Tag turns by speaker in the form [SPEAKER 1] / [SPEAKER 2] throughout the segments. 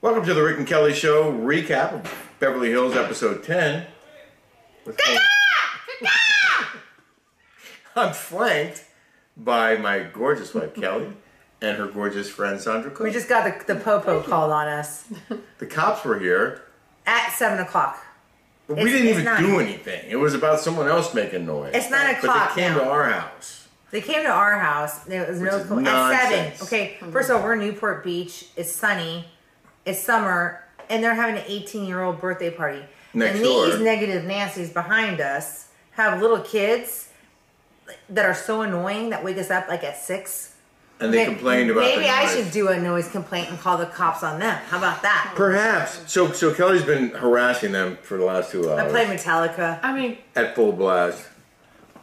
[SPEAKER 1] Welcome to the Rick and Kelly Show recap of Beverly Hills episode 10. With- I'm flanked by my gorgeous wife Kelly and her gorgeous friend Sandra Cook.
[SPEAKER 2] We just got the, the popo called on us
[SPEAKER 1] the cops were here,
[SPEAKER 2] at seven o'clock.
[SPEAKER 1] but we
[SPEAKER 2] It's-
[SPEAKER 1] didn't
[SPEAKER 2] it's
[SPEAKER 1] even
[SPEAKER 2] nine.
[SPEAKER 1] do anything. It was about someone else making noise.
[SPEAKER 2] It's nine
[SPEAKER 1] But
[SPEAKER 2] o'clock
[SPEAKER 1] they came to
[SPEAKER 2] now.
[SPEAKER 1] our house.
[SPEAKER 2] They came to our house. and It was
[SPEAKER 1] Which
[SPEAKER 2] real
[SPEAKER 1] is
[SPEAKER 2] cool. At seven.
[SPEAKER 1] nonsense.
[SPEAKER 2] Okay. First of all, we're in Newport Beach. It's sunny. It's summer, and they're having an 18 year old birthday party.
[SPEAKER 1] Next
[SPEAKER 2] and
[SPEAKER 1] door.
[SPEAKER 2] these negative Nancys behind us have little kids that are so annoying that wake us up like at six.
[SPEAKER 1] And they
[SPEAKER 2] Like,
[SPEAKER 1] complained about
[SPEAKER 2] Maybe
[SPEAKER 1] the
[SPEAKER 2] I
[SPEAKER 1] noise.
[SPEAKER 2] should do a noise complaint and call the cops on them. How about that?
[SPEAKER 1] Perhaps. So so Kelly's been harassing them for the last two hours.
[SPEAKER 2] I play Metallica.
[SPEAKER 3] I mean,
[SPEAKER 1] at full blast.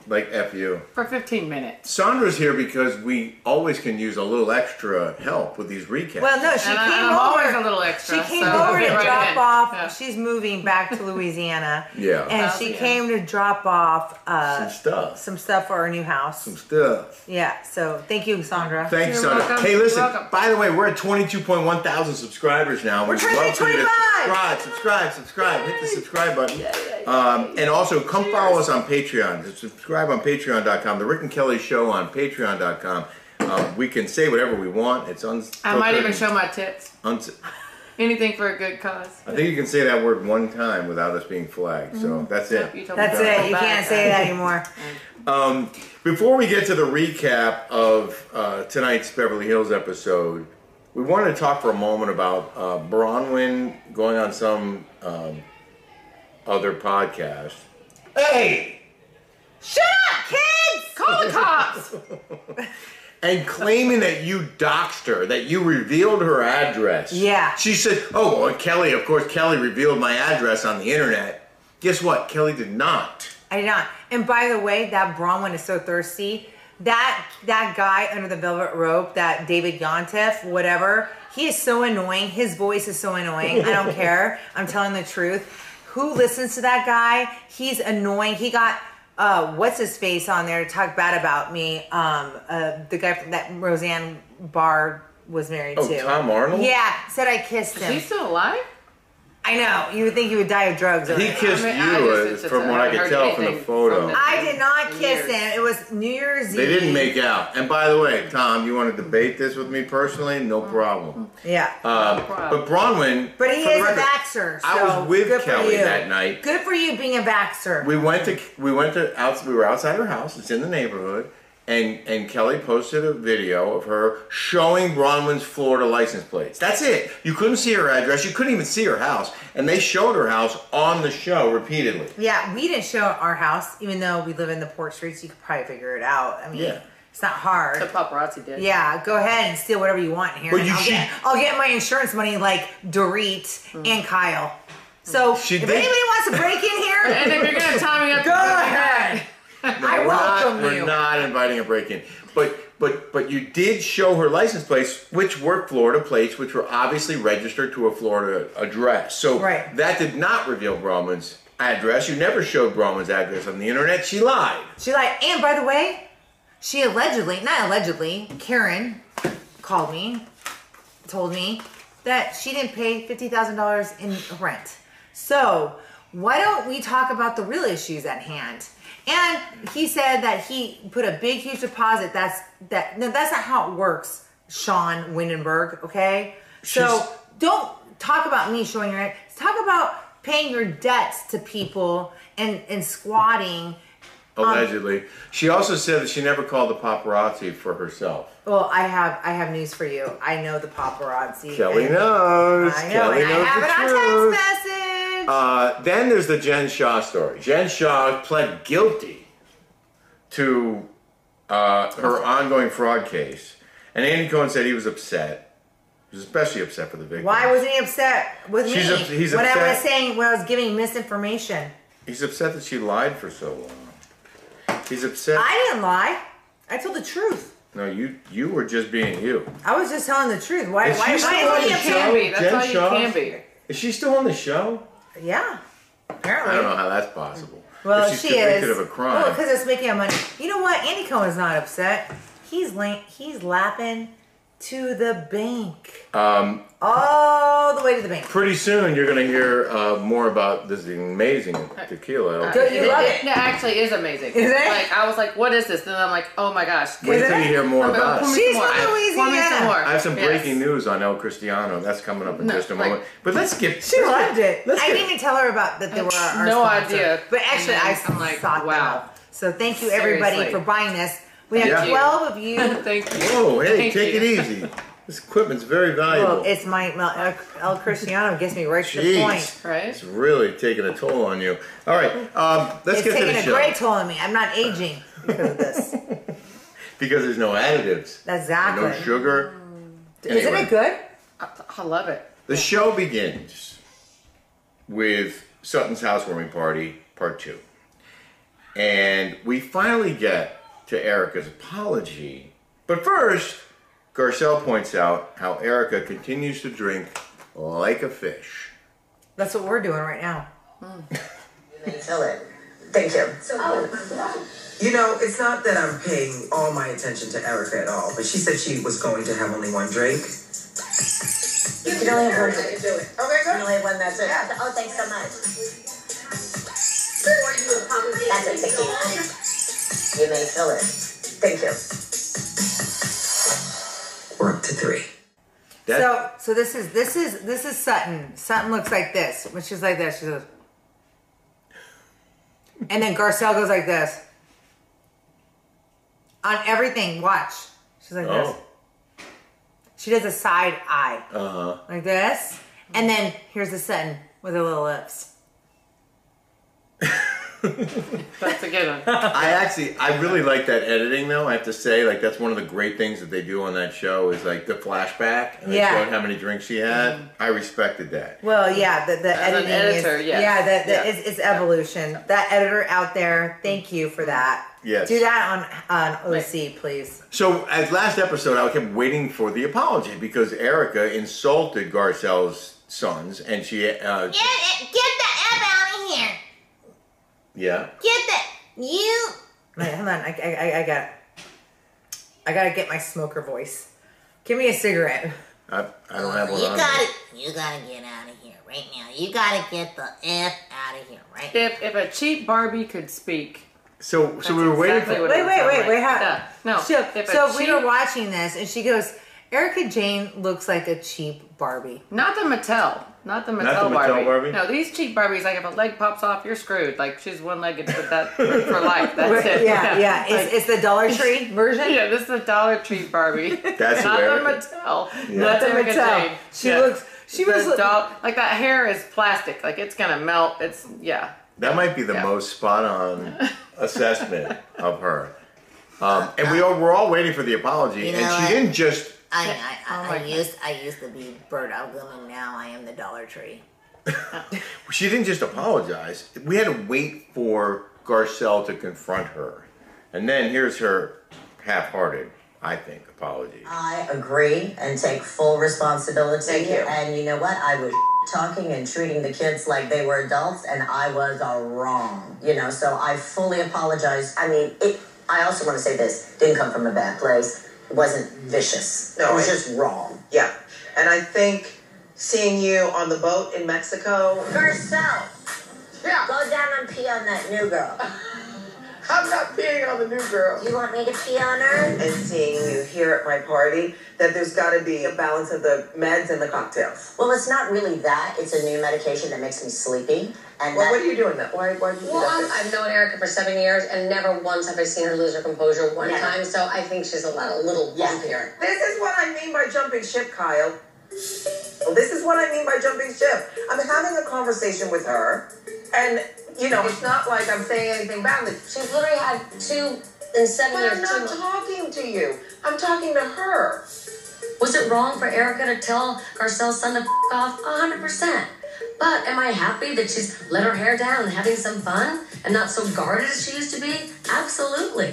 [SPEAKER 1] Like F you.
[SPEAKER 3] for 15 minutes.
[SPEAKER 1] Sandra's here because we always can use a little extra help with these recaps.
[SPEAKER 2] Well, no, she
[SPEAKER 3] And I-
[SPEAKER 2] came
[SPEAKER 3] I'm
[SPEAKER 2] over.
[SPEAKER 3] always a little extra,
[SPEAKER 2] She came
[SPEAKER 3] so
[SPEAKER 2] over to
[SPEAKER 3] get right
[SPEAKER 2] drop
[SPEAKER 3] in.
[SPEAKER 2] off.
[SPEAKER 3] Yeah.
[SPEAKER 2] She's moving back to Louisiana.
[SPEAKER 1] Yeah.
[SPEAKER 2] And
[SPEAKER 3] Oh,
[SPEAKER 2] she
[SPEAKER 3] yeah.
[SPEAKER 2] came to drop off uh,
[SPEAKER 1] some stuff.
[SPEAKER 2] some stuff for our new house.
[SPEAKER 1] Some stuff.
[SPEAKER 2] Yeah. So thank you, Sandra.
[SPEAKER 1] Thanks,
[SPEAKER 3] You're
[SPEAKER 1] Sandra.
[SPEAKER 3] welcome.
[SPEAKER 1] Hey,
[SPEAKER 3] You're
[SPEAKER 1] listen.
[SPEAKER 3] welcome.
[SPEAKER 1] By the way, we're at twenty-two point one thousand subscribers now. We're
[SPEAKER 2] turning
[SPEAKER 1] Subscribe,
[SPEAKER 2] 25.
[SPEAKER 1] subscribe, subscribe. Hit the subscribe button. Um, and also, come follow us on Patreon. Just Subscribe on Patreon.com. The Rick and Kelly Show on Patreon.com. Um, we can say whatever we want. It's un.
[SPEAKER 3] I might even show my tits.
[SPEAKER 1] uns-
[SPEAKER 3] Anything for a good cause.
[SPEAKER 1] I think you can say that word one time without us being flagged. So that's it.
[SPEAKER 3] Mm-hmm. You told me
[SPEAKER 2] That's
[SPEAKER 3] to
[SPEAKER 2] it.
[SPEAKER 3] go
[SPEAKER 2] You
[SPEAKER 3] back.
[SPEAKER 2] can't say that anymore.
[SPEAKER 1] Before we get to the recap of uh, tonight's Beverly Hills episode, we wanted to talk for a moment about uh, Bronwyn going on some um, other podcast. Hey!
[SPEAKER 2] Shut up, kids!
[SPEAKER 3] Call the cops!
[SPEAKER 1] And claiming that you doxed her, that you revealed her address.
[SPEAKER 2] Yeah.
[SPEAKER 1] She said, oh, well, and Kelly, of course, Kelly revealed my address on the internet. Guess what? Kelly did not.
[SPEAKER 2] I did not. And by the way, that Bronwyn is so thirsty. That that guy under the velvet rope, that David Yontef, whatever, he is so annoying. His voice is so annoying. I don't care. I'm telling the truth. Who listens to that guy? He's annoying. He got uh, what's his face on there to talk bad about me. Um, uh, the guy that Roseanne Barr was married
[SPEAKER 1] Oh,
[SPEAKER 2] to.
[SPEAKER 1] Tom Arnold?
[SPEAKER 2] Yeah, said I kissed him.
[SPEAKER 3] She's still alive?
[SPEAKER 2] I know. You would think he would die of drugs. or
[SPEAKER 1] He
[SPEAKER 2] anything.
[SPEAKER 1] kissed
[SPEAKER 3] I mean, I just-
[SPEAKER 1] you,
[SPEAKER 3] it's-
[SPEAKER 1] uh,
[SPEAKER 3] it's-
[SPEAKER 1] from what
[SPEAKER 3] I
[SPEAKER 1] I could
[SPEAKER 3] heard
[SPEAKER 1] tell from the
[SPEAKER 3] anything
[SPEAKER 1] photo.
[SPEAKER 3] from that.
[SPEAKER 2] I did not kiss
[SPEAKER 3] Years.
[SPEAKER 2] him. It was New Year's
[SPEAKER 1] They
[SPEAKER 2] Eve.
[SPEAKER 1] didn't make out. And by the way, Tom, you want to debate this with me personally? No problem.
[SPEAKER 2] Yeah.
[SPEAKER 1] Um, but Bronwyn.
[SPEAKER 2] but he
[SPEAKER 1] for the
[SPEAKER 2] is a
[SPEAKER 1] record,
[SPEAKER 2] vaxxer. So
[SPEAKER 1] I was with
[SPEAKER 2] good for
[SPEAKER 1] Kelly
[SPEAKER 2] you.
[SPEAKER 1] that night.
[SPEAKER 2] Good for you being a vaxxer.
[SPEAKER 1] We went to we went to out, we were outside her house. It's in the neighborhood, and and Kelly posted a video of her showing Bronwyn's Florida license plates. That's it. You couldn't see her address. You couldn't even see her house. And they showed her house on the show repeatedly.
[SPEAKER 2] yeah, we didn't show our house, even though we live in the port streets. You could probably figure it out. I mean,
[SPEAKER 1] Yeah.
[SPEAKER 2] it's not
[SPEAKER 3] The
[SPEAKER 2] hard.
[SPEAKER 3] paparazzi did.
[SPEAKER 2] Yeah, go ahead and steal whatever you want here.
[SPEAKER 1] But you-
[SPEAKER 2] I'll,
[SPEAKER 1] she-
[SPEAKER 2] get, I'll get my insurance money like Dorit and Kyle. So
[SPEAKER 1] She
[SPEAKER 2] if
[SPEAKER 1] did-
[SPEAKER 2] anybody wants to break in here,
[SPEAKER 3] And if you're gonna tie me up,
[SPEAKER 2] go ahead. I
[SPEAKER 1] we're not,
[SPEAKER 2] welcome
[SPEAKER 1] we're
[SPEAKER 2] you.
[SPEAKER 1] not inviting a break-in. But but but you did show her license plates, which were Florida plates, which were obviously registered to a Florida address. So
[SPEAKER 2] Right.
[SPEAKER 1] that did not reveal Brahman's address. You never showed Brahman's address on the internet. She lied.
[SPEAKER 2] She lied. And by the way, she allegedly, not allegedly, Karen called me, told me that she didn't pay fifty thousand dollars in rent. So why don't we talk about the real issues at hand? And he said that he put a big, huge deposit. That's that. No, that's not how it works, Sean Windenberg. Okay,
[SPEAKER 1] She's-
[SPEAKER 2] so don't talk about me showing your rent. Talk about paying your debts to people and and squatting Um,
[SPEAKER 1] Allegedly. she also said that she never called the paparazzi for herself.
[SPEAKER 2] Well, I have I have news for you. I know the paparazzi.
[SPEAKER 1] Kelly
[SPEAKER 2] and-
[SPEAKER 1] knows.
[SPEAKER 2] I know,
[SPEAKER 1] Kelly
[SPEAKER 2] and I
[SPEAKER 1] knows
[SPEAKER 2] have
[SPEAKER 1] the
[SPEAKER 2] it on
[SPEAKER 1] truth.
[SPEAKER 2] text message.
[SPEAKER 1] Uh, then there's the Jen Shaw story. Jen Shaw pled guilty to uh, her ongoing fraud case, and Andy Cohen said he was upset. He was especially upset for the victim.
[SPEAKER 2] Why wasn't he upset with
[SPEAKER 1] She's
[SPEAKER 2] me
[SPEAKER 1] ups- he's
[SPEAKER 2] when I was
[SPEAKER 1] upset.
[SPEAKER 2] saying when I was giving misinformation?
[SPEAKER 1] he's upset that she lied for so long? He's upset.
[SPEAKER 2] I didn't lie. I told the truth.
[SPEAKER 1] no, you you were just being you.
[SPEAKER 2] I was just telling the truth. Why?
[SPEAKER 1] Is
[SPEAKER 2] Why?
[SPEAKER 1] she
[SPEAKER 2] Why
[SPEAKER 1] still on
[SPEAKER 2] is he
[SPEAKER 1] the
[SPEAKER 3] You
[SPEAKER 2] upset?
[SPEAKER 3] can be. That's
[SPEAKER 1] Jen
[SPEAKER 3] all you
[SPEAKER 1] Shaw?
[SPEAKER 3] can be.
[SPEAKER 1] Is she still on the show?
[SPEAKER 2] Yeah. Apparently.
[SPEAKER 1] I don't know how that's possible.
[SPEAKER 2] Well,
[SPEAKER 1] If she's
[SPEAKER 2] she
[SPEAKER 1] convicted
[SPEAKER 2] is.
[SPEAKER 1] of a crime.
[SPEAKER 2] Well, because it's making him money. You know what? Andy Cohen's not upset.
[SPEAKER 1] Uh,
[SPEAKER 2] He's la- he's laughing to the bank. Um. All all the way to the bank.
[SPEAKER 1] Pretty soon, you're going to hear uh, more about this amazing tequila.
[SPEAKER 2] Don't you love it?
[SPEAKER 3] It actually is amazing.
[SPEAKER 2] Is it?
[SPEAKER 3] Like I was like, what is this? Then I'm like, oh my gosh.
[SPEAKER 1] Wait
[SPEAKER 2] Is
[SPEAKER 1] till
[SPEAKER 2] it?
[SPEAKER 1] you hear more
[SPEAKER 3] Pour me-
[SPEAKER 1] about
[SPEAKER 3] pour me
[SPEAKER 1] it.
[SPEAKER 2] She's
[SPEAKER 3] some more.
[SPEAKER 2] from
[SPEAKER 3] Pour me
[SPEAKER 2] Louisiana.
[SPEAKER 3] some more.
[SPEAKER 1] I have some
[SPEAKER 3] Yes.
[SPEAKER 1] breaking news on El Cristiano. That's coming up in
[SPEAKER 3] No,
[SPEAKER 1] just a
[SPEAKER 3] like-
[SPEAKER 1] moment. But let's skip.
[SPEAKER 2] She loved it.
[SPEAKER 1] Let's
[SPEAKER 2] I
[SPEAKER 1] get-
[SPEAKER 2] didn't even tell her about that they were our, our
[SPEAKER 3] No
[SPEAKER 2] sponsor.
[SPEAKER 3] idea.
[SPEAKER 2] But actually,
[SPEAKER 3] And
[SPEAKER 2] I
[SPEAKER 3] then I'm like,
[SPEAKER 2] sought them
[SPEAKER 3] wow.
[SPEAKER 2] out. So thank you everybody
[SPEAKER 3] Seriously.
[SPEAKER 2] for buying this. We have
[SPEAKER 1] Thank
[SPEAKER 3] you.
[SPEAKER 2] twelve of you.
[SPEAKER 3] Thank you.
[SPEAKER 1] Whoa, hey,
[SPEAKER 3] Thank
[SPEAKER 1] take
[SPEAKER 3] you.
[SPEAKER 1] it easy. This equipment's very valuable.
[SPEAKER 2] well, it's my my- El Cristiano gets me right to the
[SPEAKER 1] Jeez.
[SPEAKER 2] point.
[SPEAKER 3] Right?
[SPEAKER 1] It's really taking a toll on you. All right, um, let's
[SPEAKER 2] It's
[SPEAKER 1] get to
[SPEAKER 2] taking
[SPEAKER 1] the
[SPEAKER 2] a
[SPEAKER 1] show
[SPEAKER 2] great toll on me. I'm not aging because of this.
[SPEAKER 1] because there's no additives,
[SPEAKER 2] Exactly.
[SPEAKER 1] no sugar.
[SPEAKER 2] Isn't
[SPEAKER 1] Anyway.
[SPEAKER 2] it good?
[SPEAKER 3] I, I love it.
[SPEAKER 1] The show begins with Sutton's housewarming party, part two. And we finally get to Erica's apology. But first, Garcelle points out how Erica continues to drink like a fish.
[SPEAKER 2] That's what we're doing right now.
[SPEAKER 4] They kill it. Thank you. You know, it's not that I'm paying all my attention to Erica at all, but she said she was going to have only one drink.
[SPEAKER 5] You can only have one. You
[SPEAKER 4] Okay,
[SPEAKER 5] can only have one, that's it. Oh, thanks so much. That's it, thank you. You may fill it. Thank you.
[SPEAKER 4] We're up to three.
[SPEAKER 1] That-
[SPEAKER 2] so so this is this is this is Sutton. Sutton looks like this when she's like this. She goes, and then Garcelle goes like this on everything. Watch. She's like this.
[SPEAKER 1] oh,
[SPEAKER 2] She does a side eye
[SPEAKER 3] Oh.
[SPEAKER 1] uh huh.
[SPEAKER 2] like this, and then here's the Sutton with her little lips.
[SPEAKER 3] That's a good one.
[SPEAKER 1] I actually, I really like that editing though. I have to say, like that's one of the great things that they do on that show is like the flashback and they
[SPEAKER 2] Yeah. Mm-hmm.
[SPEAKER 1] showed how many drinks she had. I respected that.
[SPEAKER 2] Well, yeah, the, the
[SPEAKER 3] an
[SPEAKER 2] editing
[SPEAKER 3] editor,
[SPEAKER 2] is
[SPEAKER 3] yes.
[SPEAKER 2] yeah, that
[SPEAKER 3] Yeah.
[SPEAKER 2] It's, it's evolution. That editor out there, thank you for that.
[SPEAKER 1] Yes.
[SPEAKER 2] do that on on OC, please.
[SPEAKER 1] So, as last episode, I kept waiting for the apology because Erica insulted Garcelle's sons, and she, uh,
[SPEAKER 6] Get it, get the F out of here.
[SPEAKER 1] yeah,
[SPEAKER 6] Get the you.
[SPEAKER 2] Wait, hold on. I, I, I, I got. I gotta get my smoker voice. Give me a cigarette.
[SPEAKER 1] I, I don't have one.
[SPEAKER 6] You
[SPEAKER 1] on
[SPEAKER 6] gotta, you gotta get out of here right now. You gotta get the F out of here right now.
[SPEAKER 3] if if a cheap Barbie could speak.
[SPEAKER 1] So, so
[SPEAKER 3] that's
[SPEAKER 1] we were waiting
[SPEAKER 3] exactly
[SPEAKER 1] for.
[SPEAKER 3] what
[SPEAKER 2] Wait,
[SPEAKER 3] it would
[SPEAKER 2] wait,
[SPEAKER 3] sound
[SPEAKER 2] wait,
[SPEAKER 3] like.
[SPEAKER 2] wait. How,
[SPEAKER 3] Yeah, No.
[SPEAKER 2] So,
[SPEAKER 3] if a
[SPEAKER 2] so we
[SPEAKER 3] cheap-
[SPEAKER 2] were watching this, and she goes, "Erica Jane looks like a cheap Barbie."
[SPEAKER 3] Not the Mattel. Not the Mattel,
[SPEAKER 1] Not the Mattel Barbie?
[SPEAKER 3] Barbie. No, these cheap Barbies, like if a leg pops off, you're screwed. Like she's one legged for that for life. That's it.
[SPEAKER 2] Yeah, yeah.
[SPEAKER 3] Like,
[SPEAKER 2] It's, it's the Dollar Tree version.
[SPEAKER 3] yeah, this is a Dollar Tree Barbie.
[SPEAKER 1] That's
[SPEAKER 3] not
[SPEAKER 1] where-
[SPEAKER 3] the Mattel.
[SPEAKER 2] Not
[SPEAKER 3] Not
[SPEAKER 2] the Mattel.
[SPEAKER 3] Jane.
[SPEAKER 2] uh, She
[SPEAKER 3] Yeah.
[SPEAKER 2] looks. She
[SPEAKER 3] The
[SPEAKER 2] was. look-
[SPEAKER 3] doll- like that hair is plastic. Like it's gonna melt. It's yeah.
[SPEAKER 1] That might be the
[SPEAKER 3] Yeah.
[SPEAKER 1] most spot-on assessment of her. Um, and we all, we're all waiting for the apology,
[SPEAKER 6] You
[SPEAKER 1] and
[SPEAKER 6] know
[SPEAKER 1] she
[SPEAKER 6] what?
[SPEAKER 1] didn't just.
[SPEAKER 6] I, I, I,
[SPEAKER 3] my
[SPEAKER 6] I used, I used to be Bird Algum, and now I am the Dollar Tree.
[SPEAKER 1] She didn't just apologize. We had to wait for Garcelle to confront her, and then here's her half-hearted, I think, apology.
[SPEAKER 5] I agree and take full responsibility.
[SPEAKER 4] Thank you.
[SPEAKER 5] And you know what? I was talking and treating the kids like they were adults, and I was uh, wrong. You know, so I fully apologize. I mean, it. I also want to say this didn't come from a bad place. It wasn't vicious.
[SPEAKER 4] No,
[SPEAKER 5] it was
[SPEAKER 4] I-
[SPEAKER 5] just wrong.
[SPEAKER 4] Yeah. And I think seeing you on the boat in Mexico.
[SPEAKER 5] Herself.
[SPEAKER 4] Yeah.
[SPEAKER 5] Go down and pee on that new girl.
[SPEAKER 4] I'm not being on the new girl.
[SPEAKER 5] You want me to pee on her?
[SPEAKER 4] And seeing you here at my party, that there's got to be a balance of the meds and the cocktails.
[SPEAKER 5] Well, it's not really that. It's a new medication that makes me sleepy. And
[SPEAKER 4] Well,
[SPEAKER 5] that-
[SPEAKER 4] what are you doing though? Why, why do you do
[SPEAKER 7] Well, I'm,
[SPEAKER 4] that?
[SPEAKER 7] I've known Erica for seven years, and never once have I seen her lose her composure one
[SPEAKER 5] Yeah.
[SPEAKER 7] time. So I think she's a lot, a little
[SPEAKER 5] Yeah.
[SPEAKER 7] lumpier.
[SPEAKER 4] This is what I mean by jumping ship, Kyle. Well, this is what I mean by jumping ship. I'm having a conversation with her, and you know, it's not like I'm saying anything badly.
[SPEAKER 7] She's literally had two in seven
[SPEAKER 4] But I'm
[SPEAKER 7] years. Two
[SPEAKER 4] not
[SPEAKER 7] months.
[SPEAKER 4] talking to you. I'm talking to her.
[SPEAKER 7] Was it wrong for Erica to tell Garcelle's son to f- off? hundred percent. But am I happy that she's let her hair down and having some fun and not so guarded as she used to be? Absolutely.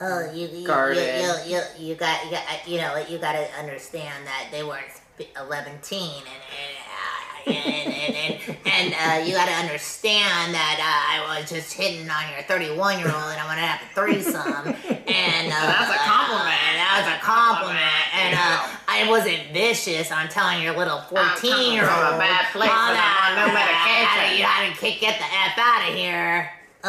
[SPEAKER 6] Oh, you, you, you,
[SPEAKER 3] Guarded.
[SPEAKER 6] you, you, you got, you got, you know, you got to understand that they weren't sp- 11 and, and and and and, and uh, you got to understand that uh, I was just hitting on your 31 year old, and I want to have a threesome, and uh,
[SPEAKER 3] That's a compliment.
[SPEAKER 6] and that was a compliment, and uh, I wasn't vicious on telling your little 14 year
[SPEAKER 3] I'm
[SPEAKER 6] old
[SPEAKER 3] from a bad place
[SPEAKER 6] all
[SPEAKER 3] and
[SPEAKER 6] that
[SPEAKER 3] I'm on no
[SPEAKER 6] uh,
[SPEAKER 3] medication.
[SPEAKER 6] You got to kick get the f out of here. Uh,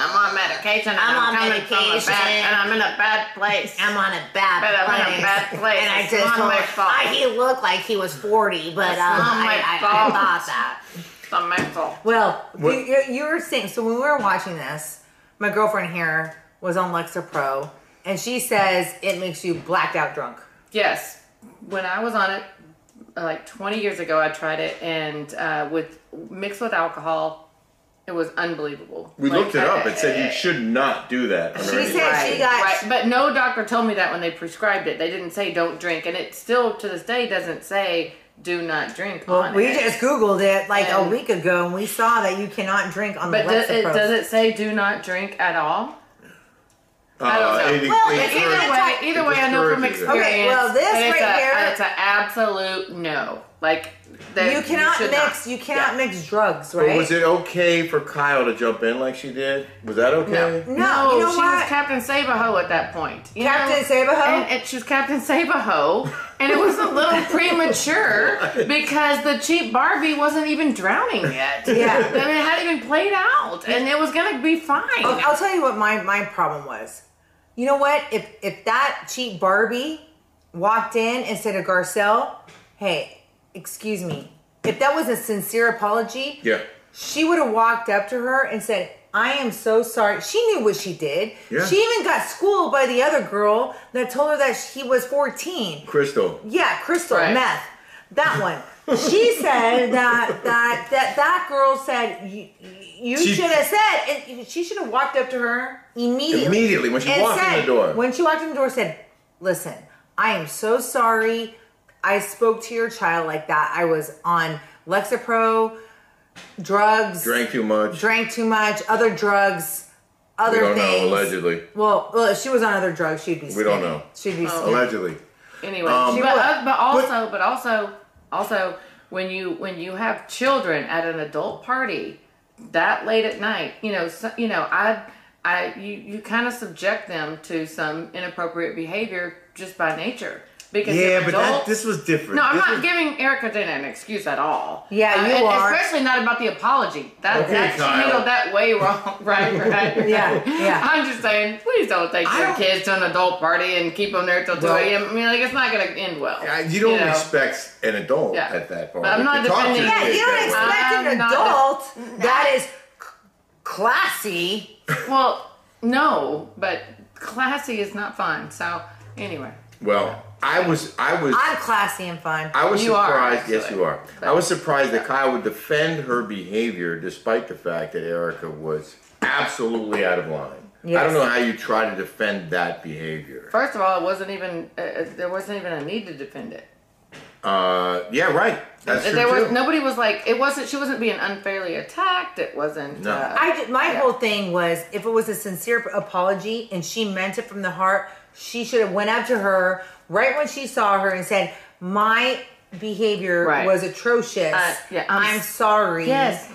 [SPEAKER 3] I'm on medication. And
[SPEAKER 6] I'm on
[SPEAKER 3] I'm, coming From a bad,
[SPEAKER 6] medication.
[SPEAKER 3] and I'm in a bad place.
[SPEAKER 6] I'm on a bad
[SPEAKER 3] But I'm
[SPEAKER 6] place.
[SPEAKER 3] in a bad place.
[SPEAKER 6] And I
[SPEAKER 3] It's
[SPEAKER 6] just
[SPEAKER 3] not
[SPEAKER 6] told
[SPEAKER 3] my
[SPEAKER 6] him-
[SPEAKER 3] fault.
[SPEAKER 6] I, he looked like he was 40, but um,
[SPEAKER 3] not
[SPEAKER 6] I,
[SPEAKER 3] my
[SPEAKER 6] I, I
[SPEAKER 3] fault.
[SPEAKER 6] thought that.
[SPEAKER 3] It's not my fault.
[SPEAKER 2] Well, you,
[SPEAKER 1] What-
[SPEAKER 2] you, you were saying, so when we were watching this, my girlfriend here was on Lexapro, and she says it makes you blacked out drunk.
[SPEAKER 3] Yes. When I was on it, uh, like 20 years ago, I tried it, and uh, with mixed with alcohol, it was unbelievable.
[SPEAKER 1] We
[SPEAKER 3] Like, uh,
[SPEAKER 1] looked it up. It said
[SPEAKER 3] I-
[SPEAKER 1] you should not do that. under
[SPEAKER 2] uh, She
[SPEAKER 1] any-
[SPEAKER 2] said-
[SPEAKER 3] Right,
[SPEAKER 2] She got-
[SPEAKER 3] right. But no doctor told me that when they prescribed it. They didn't say don't drink, and it still to this day doesn't say do not drink. on
[SPEAKER 2] we
[SPEAKER 3] it.
[SPEAKER 2] just Googled it like a
[SPEAKER 3] And-
[SPEAKER 2] week ago, and we saw that you cannot drink on the
[SPEAKER 3] But does it,
[SPEAKER 2] Lexapro.
[SPEAKER 3] does it say do not drink at all? I don't
[SPEAKER 1] Uh,
[SPEAKER 3] know.
[SPEAKER 1] it- it
[SPEAKER 2] Well,
[SPEAKER 1] encouraged-
[SPEAKER 2] it's either
[SPEAKER 3] Either way, either way, I know from
[SPEAKER 1] discourages it.
[SPEAKER 3] experience.
[SPEAKER 2] Okay, well, this
[SPEAKER 3] that it's
[SPEAKER 2] right
[SPEAKER 3] a,
[SPEAKER 2] here-
[SPEAKER 3] it's an absolute no. Like that
[SPEAKER 2] you cannot
[SPEAKER 3] should
[SPEAKER 2] mix.
[SPEAKER 3] not.
[SPEAKER 2] You cannot
[SPEAKER 3] Yeah.
[SPEAKER 2] mix drugs,
[SPEAKER 1] But
[SPEAKER 2] right?
[SPEAKER 1] was it okay for Kyle to jump in like she did? Was that okay?
[SPEAKER 2] No,
[SPEAKER 3] No,
[SPEAKER 2] you know
[SPEAKER 3] she
[SPEAKER 2] what?
[SPEAKER 3] was Captain Sabaho at that point. you
[SPEAKER 2] Captain
[SPEAKER 3] know?
[SPEAKER 2] Sabaho?
[SPEAKER 3] And, and she was Captain Sabaho, and it was a little premature because the cheap Barbie wasn't even drowning yet.
[SPEAKER 2] Yeah.
[SPEAKER 3] I mean, it hadn't even played out, and it was gonna be fine.
[SPEAKER 2] I'll, I'll tell you what my, my problem was. You know what? If if that cheap Barbie walked in and said to Garcelle, "Hey, excuse me," if that was a sincere apology,
[SPEAKER 1] Yeah.
[SPEAKER 2] she would have walked up to her and said, I am so sorry. She knew what she did.
[SPEAKER 1] Yeah.
[SPEAKER 2] She even got schooled by the other girl that told her that he was 14.
[SPEAKER 1] Crystal.
[SPEAKER 2] Yeah, Crystal,
[SPEAKER 3] Right.
[SPEAKER 2] meth. That one. She said that that that that girl said you, you
[SPEAKER 1] She-
[SPEAKER 2] should have said and she should have walked up to her immediately.
[SPEAKER 1] Immediately, when she
[SPEAKER 2] and
[SPEAKER 1] walked in
[SPEAKER 2] said-
[SPEAKER 1] the door.
[SPEAKER 2] When she walked in the door, said, "Listen, I am so sorry. I spoke to your child like that. I was on Lexapro, drugs,
[SPEAKER 1] Drank too much.
[SPEAKER 2] drank too much, other drugs,
[SPEAKER 1] we
[SPEAKER 2] other
[SPEAKER 1] don't
[SPEAKER 2] things.
[SPEAKER 1] know, allegedly.
[SPEAKER 2] Well, well, if she was on other drugs, she'd be.
[SPEAKER 1] We don't
[SPEAKER 2] skinny.
[SPEAKER 1] know. Oh.
[SPEAKER 2] She'd be. skinny.
[SPEAKER 1] Allegedly.
[SPEAKER 3] anyway,
[SPEAKER 1] Um,
[SPEAKER 2] She
[SPEAKER 3] but, uh, but also, but also, also, when you when you have children at an adult party that late at night, you know, so, you know, I, I, you, you kind of subject them to some inappropriate behavior just by nature because
[SPEAKER 1] Yeah,
[SPEAKER 3] they're
[SPEAKER 1] but
[SPEAKER 3] adults.
[SPEAKER 1] that, this was different.
[SPEAKER 3] No, I'm
[SPEAKER 1] This
[SPEAKER 3] not
[SPEAKER 1] was-
[SPEAKER 3] giving Erica Dana an excuse at all. Uh,
[SPEAKER 2] Yeah, you
[SPEAKER 3] and
[SPEAKER 2] are.
[SPEAKER 3] Especially not about the apology. That,
[SPEAKER 1] Okay,
[SPEAKER 3] that she
[SPEAKER 1] Kyle.
[SPEAKER 3] handled that way wrong. Right, right.
[SPEAKER 2] Yeah, yeah.
[SPEAKER 3] I'm just saying, please don't take
[SPEAKER 1] I
[SPEAKER 3] your
[SPEAKER 1] don't-
[SPEAKER 3] kids to an adult party and keep them there till 2
[SPEAKER 1] Well-
[SPEAKER 3] a.m. I mean, like, it's not going to end well.
[SPEAKER 1] I- you don't
[SPEAKER 3] know?
[SPEAKER 1] respect an adult
[SPEAKER 3] Yeah.
[SPEAKER 1] at that point.
[SPEAKER 3] But I'm not defending-
[SPEAKER 2] Yeah, you don't
[SPEAKER 3] that way.
[SPEAKER 2] expect an
[SPEAKER 3] I'm not-
[SPEAKER 2] adult that is c- classy.
[SPEAKER 3] Well, no, but classy is not fun. So, anyway.
[SPEAKER 1] Well, I was, I was,
[SPEAKER 2] I'm classy and fun.
[SPEAKER 1] I was
[SPEAKER 3] You are,
[SPEAKER 1] surprised. yes,
[SPEAKER 3] actually.
[SPEAKER 1] you are. I was surprised that Kyle would defend her behavior despite the fact that Erica was absolutely out of line. I
[SPEAKER 2] Yes.
[SPEAKER 1] don't know how you try to defend that behavior.
[SPEAKER 3] First of all, it wasn't even, uh, uh, there wasn't even a need to defend it.
[SPEAKER 1] Uh, yeah, right. That's true
[SPEAKER 3] there was
[SPEAKER 1] too.
[SPEAKER 3] nobody was like it wasn't she wasn't being unfairly attacked it wasn't
[SPEAKER 1] No.
[SPEAKER 3] uh,
[SPEAKER 2] I did, my whole thing was if it was a sincere apology and she meant it from the heart, she should have went up to her right when she saw her and said, "My behavior
[SPEAKER 3] Right.
[SPEAKER 2] was atrocious.
[SPEAKER 3] Uh, yeah, I'm
[SPEAKER 2] I'm,
[SPEAKER 3] s-
[SPEAKER 2] sorry.
[SPEAKER 3] yes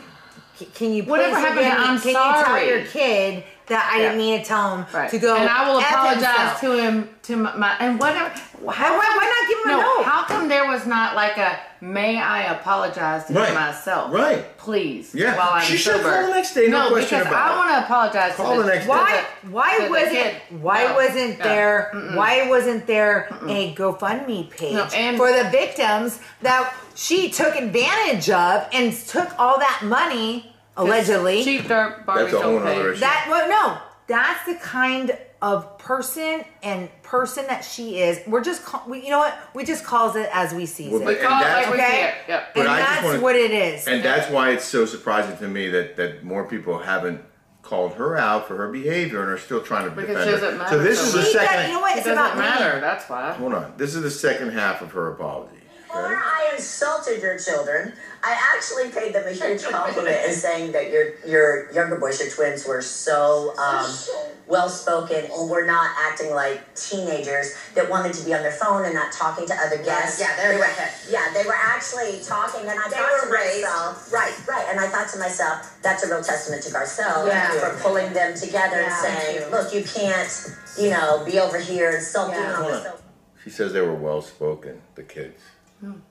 [SPEAKER 2] C- can you please
[SPEAKER 3] Whatever happened to
[SPEAKER 2] again-
[SPEAKER 3] I'm
[SPEAKER 2] can
[SPEAKER 3] sorry?
[SPEAKER 2] you tell your kid that I
[SPEAKER 3] Yeah.
[SPEAKER 2] didn't mean to tell him
[SPEAKER 3] Right.
[SPEAKER 2] to go
[SPEAKER 3] and I will
[SPEAKER 2] F
[SPEAKER 3] apologize
[SPEAKER 2] himself.
[SPEAKER 3] to him to my, my and whatever. How,
[SPEAKER 2] why- why not give him a
[SPEAKER 3] no,
[SPEAKER 2] note?
[SPEAKER 3] How come there was not like a may I apologize to
[SPEAKER 1] Right.
[SPEAKER 3] myself?
[SPEAKER 1] Right.
[SPEAKER 3] Please.
[SPEAKER 1] Yeah.
[SPEAKER 3] While I'm
[SPEAKER 1] She should
[SPEAKER 3] sober.
[SPEAKER 1] call the next day, no question
[SPEAKER 3] because
[SPEAKER 1] about
[SPEAKER 3] I
[SPEAKER 1] it.
[SPEAKER 3] want to apologize.
[SPEAKER 1] Call
[SPEAKER 3] to
[SPEAKER 1] the next
[SPEAKER 3] to
[SPEAKER 1] day.
[SPEAKER 2] Why?
[SPEAKER 3] the- to
[SPEAKER 2] Why
[SPEAKER 3] the
[SPEAKER 2] wasn't?
[SPEAKER 3] kid.
[SPEAKER 2] Why
[SPEAKER 3] No.
[SPEAKER 2] wasn't
[SPEAKER 3] oh, Yeah.
[SPEAKER 2] there? Why wasn't there a GoFundMe page
[SPEAKER 3] No, and-
[SPEAKER 2] for the victims that she took advantage of and took all that money allegedly?
[SPEAKER 3] Cheap dirt Barbie
[SPEAKER 1] That's a whole
[SPEAKER 3] don't pay.
[SPEAKER 1] nother issue.
[SPEAKER 2] that well, no, that's the kind of person and person that she is. We're just, call, we, you know what? We just calls it as we sees
[SPEAKER 1] Well,
[SPEAKER 2] it.
[SPEAKER 1] but-
[SPEAKER 3] Call it
[SPEAKER 1] And that's-
[SPEAKER 3] like we
[SPEAKER 2] okay?
[SPEAKER 3] see it. Yep.
[SPEAKER 1] But
[SPEAKER 2] and
[SPEAKER 1] I just
[SPEAKER 2] that's
[SPEAKER 1] wanna-
[SPEAKER 2] what it is.
[SPEAKER 1] And that's why it's so surprising to me that, that more people haven't called her out for her behavior and are still trying to
[SPEAKER 3] Because
[SPEAKER 1] defend
[SPEAKER 3] she
[SPEAKER 1] her.
[SPEAKER 3] doesn't
[SPEAKER 1] So
[SPEAKER 3] matter
[SPEAKER 1] this
[SPEAKER 3] so
[SPEAKER 1] is
[SPEAKER 2] she
[SPEAKER 1] the
[SPEAKER 3] much.
[SPEAKER 2] got,
[SPEAKER 1] second.
[SPEAKER 2] you know what?
[SPEAKER 3] It
[SPEAKER 2] It's
[SPEAKER 3] doesn't
[SPEAKER 2] about me.
[SPEAKER 3] matter. That's why.
[SPEAKER 1] Hold on. This is the second half of her apology.
[SPEAKER 5] Or I insulted your children. I actually paid them a huge compliment in saying that your your younger boys, your twins, were so um, well spoken and were not acting like teenagers that wanted to be on their phone and not talking to other guests.
[SPEAKER 4] yeah, they're
[SPEAKER 5] they were,
[SPEAKER 4] like that.
[SPEAKER 5] yeah, they were actually talking, and I
[SPEAKER 4] They
[SPEAKER 5] thought
[SPEAKER 4] were
[SPEAKER 5] to
[SPEAKER 4] raised.
[SPEAKER 5] myself, right, right, and I thought to myself, that's a real testament to Garcelle
[SPEAKER 4] Yeah.
[SPEAKER 5] for pulling them together
[SPEAKER 7] Yeah,
[SPEAKER 5] and saying, look, you can't, you know, be over here insulting
[SPEAKER 7] Yeah.
[SPEAKER 5] on
[SPEAKER 1] Hold
[SPEAKER 5] this.
[SPEAKER 1] on. She says they were well spoken, the kids.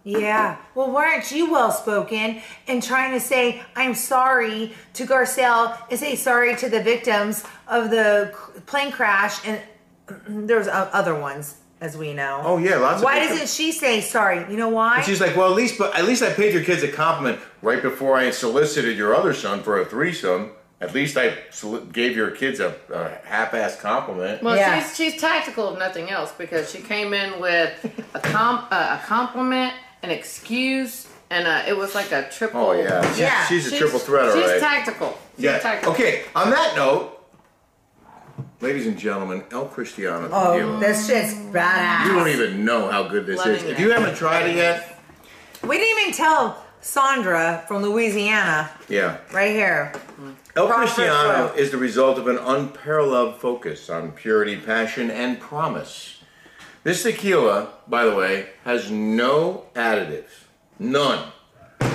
[SPEAKER 2] Yeah. Well, weren't you well spoken and trying to say I'm sorry to Garcelle and say sorry to the victims of the c- plane crash and there was o- other ones as we know.
[SPEAKER 1] Oh, yeah, lots of
[SPEAKER 2] Why
[SPEAKER 1] victims.
[SPEAKER 2] doesn't she say sorry? You know why?
[SPEAKER 1] And she's like, well, at least, but at least I paid your kids a compliment right before I solicited your other son for a threesome. At least I soli- gave your kids a, a half-ass compliment.
[SPEAKER 3] Well,
[SPEAKER 2] Yeah.
[SPEAKER 3] she's she's tactical if nothing else because she came in with a com uh, a compliment, an excuse, and uh it was like a triple.
[SPEAKER 1] oh yeah, she's,
[SPEAKER 2] Yeah,
[SPEAKER 1] she's a triple threat, all
[SPEAKER 3] She's
[SPEAKER 1] right.
[SPEAKER 3] tactical. She's
[SPEAKER 1] yeah.
[SPEAKER 3] Tactical.
[SPEAKER 1] Okay. On that note, ladies and gentlemen, El Cristiano. to
[SPEAKER 2] oh,
[SPEAKER 1] you.
[SPEAKER 2] this shit's badass.
[SPEAKER 1] you don't even know how good this
[SPEAKER 3] Loving
[SPEAKER 1] is. If
[SPEAKER 3] it.
[SPEAKER 1] you haven't tried it yet,
[SPEAKER 2] we didn't even tell Sandra from Louisiana
[SPEAKER 1] yeah.
[SPEAKER 2] right here.
[SPEAKER 1] El
[SPEAKER 2] Proper
[SPEAKER 1] Cristiano
[SPEAKER 2] soil.
[SPEAKER 1] is the result of an unparalleled focus on purity, passion, and promise. This tequila, by the way, has no additives. None.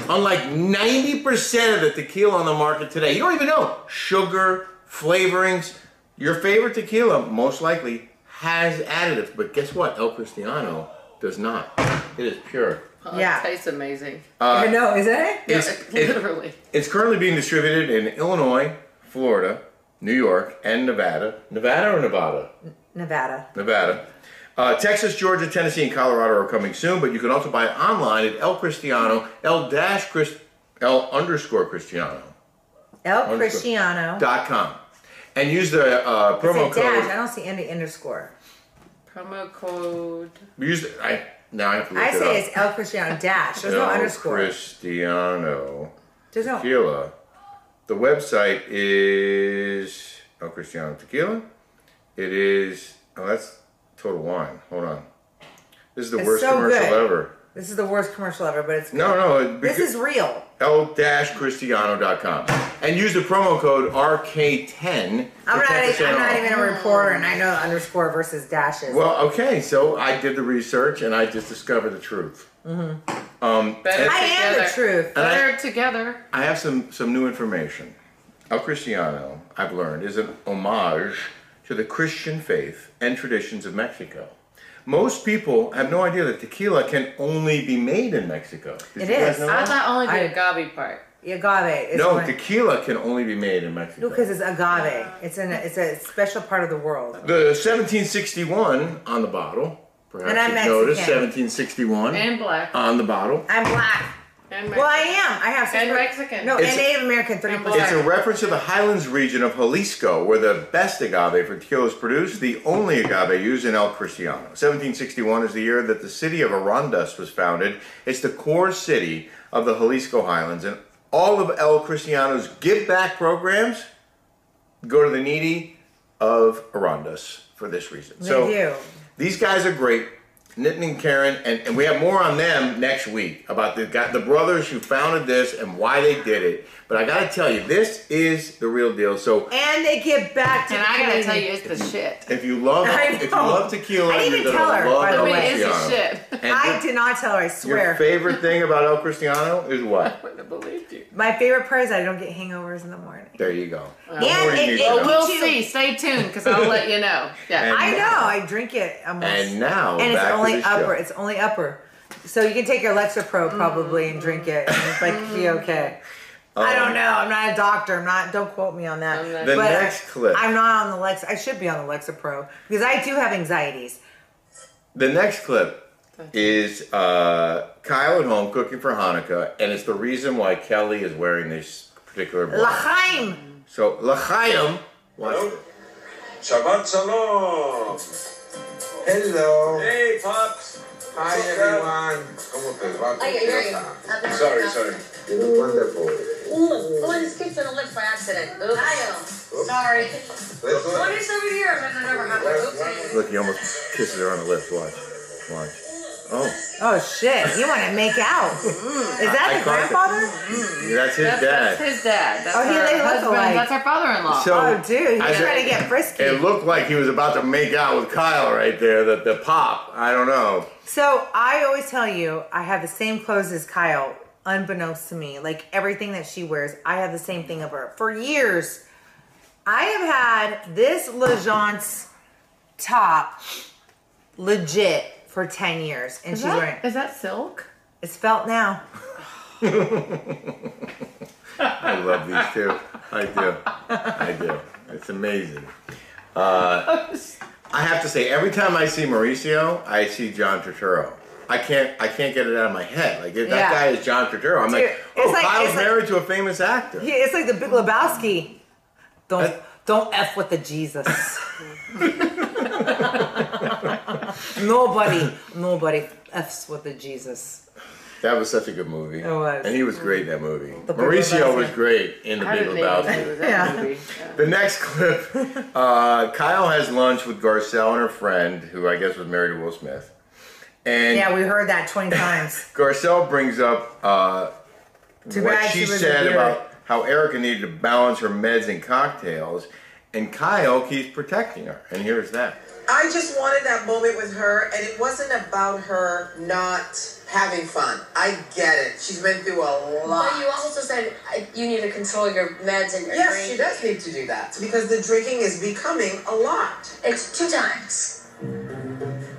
[SPEAKER 1] Unlike 90% of the tequila on the market today, you don't even know. Sugar, flavorings. Your favorite tequila, most likely, has additives. But guess what? El Cristiano does not. It is pure.
[SPEAKER 3] Oh,
[SPEAKER 2] Yeah.
[SPEAKER 3] It tastes amazing.
[SPEAKER 2] I know, is that it?
[SPEAKER 1] It's-
[SPEAKER 3] Yeah,
[SPEAKER 1] Uh, it-
[SPEAKER 3] literally.
[SPEAKER 1] It's currently being distributed in Illinois, Florida, New York, and Nevada. Nevada or Nevada?
[SPEAKER 2] Nevada.
[SPEAKER 1] Nevada. Uh, Texas, Georgia, Tennessee, and Colorado are coming soon, but you can also buy it online at El Cristiano, El dash Chris, El underscore Cristiano
[SPEAKER 2] El Cristiano.
[SPEAKER 1] dot com, and use the uh, promo
[SPEAKER 2] It's a dash. I
[SPEAKER 1] code.
[SPEAKER 2] don't see any underscore.
[SPEAKER 3] Promo code.
[SPEAKER 1] Use the, I now I have to look
[SPEAKER 2] I
[SPEAKER 1] it
[SPEAKER 2] say
[SPEAKER 1] up.
[SPEAKER 2] it's El Cristiano dash. There's no
[SPEAKER 1] El
[SPEAKER 2] underscore.
[SPEAKER 1] Cristiano.
[SPEAKER 2] There's no.
[SPEAKER 1] Tequila. The website is El Cristiano Tequila. It is oh that's Total Wine. Hold on. This is the
[SPEAKER 2] It's
[SPEAKER 1] worst
[SPEAKER 2] so
[SPEAKER 1] commercial
[SPEAKER 2] good.
[SPEAKER 1] ever.
[SPEAKER 2] This is the worst commercial ever, but it's
[SPEAKER 1] No, no. It,
[SPEAKER 2] this is real.
[SPEAKER 1] el-cristiano.com and use the promo code RK10. for
[SPEAKER 2] I'm not.
[SPEAKER 1] 10%
[SPEAKER 2] I'm
[SPEAKER 1] off.
[SPEAKER 2] not even a reporter, and I know the underscore versus dashes.
[SPEAKER 1] Well, okay. So I did the research and I just discovered the truth.
[SPEAKER 3] Better
[SPEAKER 2] I am the
[SPEAKER 3] together.
[SPEAKER 2] truth.
[SPEAKER 1] And I-
[SPEAKER 3] Better together.
[SPEAKER 1] I have some, some new information. El Cristiano, I've learned, is an homage to the Christian faith and traditions of Mexico. Most people have no idea that tequila can only be made in Mexico. Did
[SPEAKER 2] It
[SPEAKER 1] you guys
[SPEAKER 2] is.
[SPEAKER 1] know
[SPEAKER 3] I
[SPEAKER 1] that?
[SPEAKER 3] thought only
[SPEAKER 2] I-
[SPEAKER 3] the agave part.
[SPEAKER 2] Agave. Is
[SPEAKER 1] No,
[SPEAKER 2] one-
[SPEAKER 1] tequila can only be made in Mexico.
[SPEAKER 2] no, because it's agave. It's in. A, it's a special part of the world.
[SPEAKER 1] the 1761 on the bottle, perhaps
[SPEAKER 2] And I'm
[SPEAKER 1] you've noticed,
[SPEAKER 2] Mexican.
[SPEAKER 1] 1761
[SPEAKER 3] And black.
[SPEAKER 1] on the bottle.
[SPEAKER 2] I'm black.
[SPEAKER 3] and
[SPEAKER 2] Well, I am. I have.
[SPEAKER 3] And
[SPEAKER 2] super-
[SPEAKER 3] Mexican.
[SPEAKER 2] No,
[SPEAKER 1] It's
[SPEAKER 2] and
[SPEAKER 1] a-
[SPEAKER 2] Native American. Thirty
[SPEAKER 3] I'm
[SPEAKER 1] It's
[SPEAKER 2] percent.
[SPEAKER 1] a reference to the highlands region of Jalisco, where the best agave for tequila is produced, the only agave used in El Cristiano. 1761 is the year that the city of Arandas was founded. It's the core city of the Jalisco Highlands, and all of El Cristiano's give back programs go to the needy of Arandas for this reason.
[SPEAKER 2] They
[SPEAKER 1] so
[SPEAKER 2] do.
[SPEAKER 1] these guys are great. Nitin and Karen, and, and we have more on them next week about the guy, the brothers who founded this and why they did it. But I gotta tell you, this is the real deal. So
[SPEAKER 2] And they get back to.
[SPEAKER 3] And
[SPEAKER 2] the
[SPEAKER 3] I
[SPEAKER 2] community.
[SPEAKER 3] gotta tell you, it's the shit.
[SPEAKER 1] if you love
[SPEAKER 2] I
[SPEAKER 1] if you
[SPEAKER 2] know.
[SPEAKER 1] love tequila,
[SPEAKER 2] I didn't
[SPEAKER 1] you're
[SPEAKER 2] even
[SPEAKER 1] gonna
[SPEAKER 2] tell her,
[SPEAKER 1] love
[SPEAKER 2] by the
[SPEAKER 1] El
[SPEAKER 2] way.
[SPEAKER 3] I mean, it's
[SPEAKER 1] Cristiano.
[SPEAKER 3] the shit.
[SPEAKER 1] And
[SPEAKER 2] I
[SPEAKER 1] your-
[SPEAKER 2] did not tell her. I
[SPEAKER 1] Your
[SPEAKER 2] swear.
[SPEAKER 1] favorite thing about El Cristiano is what?
[SPEAKER 3] Wouldn't have believed you.
[SPEAKER 2] My favorite part is I don't get hangovers in the morning.
[SPEAKER 1] There you go.
[SPEAKER 2] And
[SPEAKER 1] Morning
[SPEAKER 2] it-
[SPEAKER 1] news
[SPEAKER 2] it
[SPEAKER 1] now.
[SPEAKER 2] will-
[SPEAKER 3] We'll
[SPEAKER 2] Too.
[SPEAKER 3] see. Stay tuned because I'll let you know. Yeah.
[SPEAKER 2] I know. I drink it almost.
[SPEAKER 1] And now
[SPEAKER 2] and it's
[SPEAKER 1] back to
[SPEAKER 2] only
[SPEAKER 1] the show.
[SPEAKER 2] upper. It's only upper. So you can take your Lexapro probably and drink it, and it's like be okay. Um, I don't know. I'm not a doctor. I'm not. Don't quote me on that.
[SPEAKER 3] I'm not-
[SPEAKER 1] Um, The
[SPEAKER 2] But
[SPEAKER 1] next clip.
[SPEAKER 2] I'm not on the Lex. I should be on the Lexapro because I do have anxieties.
[SPEAKER 1] The next clip is uh, Kyle at home cooking for Hanukkah, and it's the reason why Kelly is wearing this particular. bra.
[SPEAKER 2] Lachaim.
[SPEAKER 1] So L'chaim. Watch
[SPEAKER 8] Hello?
[SPEAKER 1] this.
[SPEAKER 8] Shabbat shalom.
[SPEAKER 9] Hello.
[SPEAKER 8] Hey, pops.
[SPEAKER 9] Hi,
[SPEAKER 8] What's up,
[SPEAKER 9] everyone. ¿Cómo te va?
[SPEAKER 7] I hear you.
[SPEAKER 8] guys? Sorry, sorry.
[SPEAKER 9] You look wonderful.
[SPEAKER 7] Ooh, oh, I just kicked on the lip by accident. Oops. Sorry.
[SPEAKER 9] Let's go.
[SPEAKER 7] 27 years, that never happened. Oops.
[SPEAKER 1] Look, he almost kisses her on the lips. Watch. Watch. Oh,
[SPEAKER 2] Oh shit! You want to make out? Is that
[SPEAKER 1] I
[SPEAKER 2] the
[SPEAKER 1] caught it.
[SPEAKER 2] grandfather?
[SPEAKER 1] that's his dad.
[SPEAKER 3] That's, that's his dad. That's
[SPEAKER 2] Oh,
[SPEAKER 3] oh,
[SPEAKER 2] he-
[SPEAKER 3] her
[SPEAKER 2] they look
[SPEAKER 3] husband.
[SPEAKER 2] alike.
[SPEAKER 3] That's her father-in-law.
[SPEAKER 1] So-
[SPEAKER 2] Oh, dude, he's
[SPEAKER 1] I said-
[SPEAKER 2] trying to get frisky.
[SPEAKER 1] It looked like he was about to make out with Kyle right there. The the pop. I don't know.
[SPEAKER 2] So I always tell you, I have the same clothes as Kyle, unbeknownst to me. Like everything that she wears, I have the same thing of her for years. I have had this Lejeunesse top legit for ten years, and
[SPEAKER 3] is,
[SPEAKER 2] she's wearing
[SPEAKER 3] that, is that silk?
[SPEAKER 2] it's felt now.
[SPEAKER 1] I love these two. I do. I do. It's amazing. Uh, I have to say, every time I see Mauricio, I see John Turturro. I can't. I can't get it out of my head. Like that
[SPEAKER 2] Yeah.
[SPEAKER 1] guy is John Turturro. I'm
[SPEAKER 2] Dude,
[SPEAKER 1] like, oh,
[SPEAKER 2] it's like-
[SPEAKER 1] Kyle's
[SPEAKER 2] it's like-
[SPEAKER 1] married to a famous actor.
[SPEAKER 2] Yeah, it's like the Big Lebowski. Don't
[SPEAKER 1] That-
[SPEAKER 2] don't f with the Jesus. nobody, nobody f's with the Jesus.
[SPEAKER 1] That was such a good movie.
[SPEAKER 2] It was.
[SPEAKER 1] And he was great in that movie.
[SPEAKER 2] Big
[SPEAKER 1] Mauricio
[SPEAKER 2] Lebowski.
[SPEAKER 1] was great in the
[SPEAKER 3] I
[SPEAKER 1] Big
[SPEAKER 3] didn't even know it
[SPEAKER 1] Lebowski.
[SPEAKER 3] was that
[SPEAKER 2] Yeah.
[SPEAKER 3] movie.
[SPEAKER 1] The next clip, uh, Kyle has lunch with Garcelle and her friend, who I guess was married to Will Smith. And
[SPEAKER 2] Yeah, we heard that twenty times.
[SPEAKER 1] Garcelle brings up uh,
[SPEAKER 2] Too
[SPEAKER 1] what
[SPEAKER 2] bad
[SPEAKER 1] she
[SPEAKER 2] she was a
[SPEAKER 1] said
[SPEAKER 2] beer.
[SPEAKER 1] about how Erica needed to balance her meds and cocktails, and Kyle keeps protecting her. And here's that.
[SPEAKER 4] I just wanted that moment with her, and it wasn't about her not having fun. I get it. She's been through a lot.
[SPEAKER 7] But you also said uh, you need to control your meds and your
[SPEAKER 4] yes,
[SPEAKER 7] drink.
[SPEAKER 4] she does need to do that because the drinking is becoming a lot.
[SPEAKER 7] It's two times.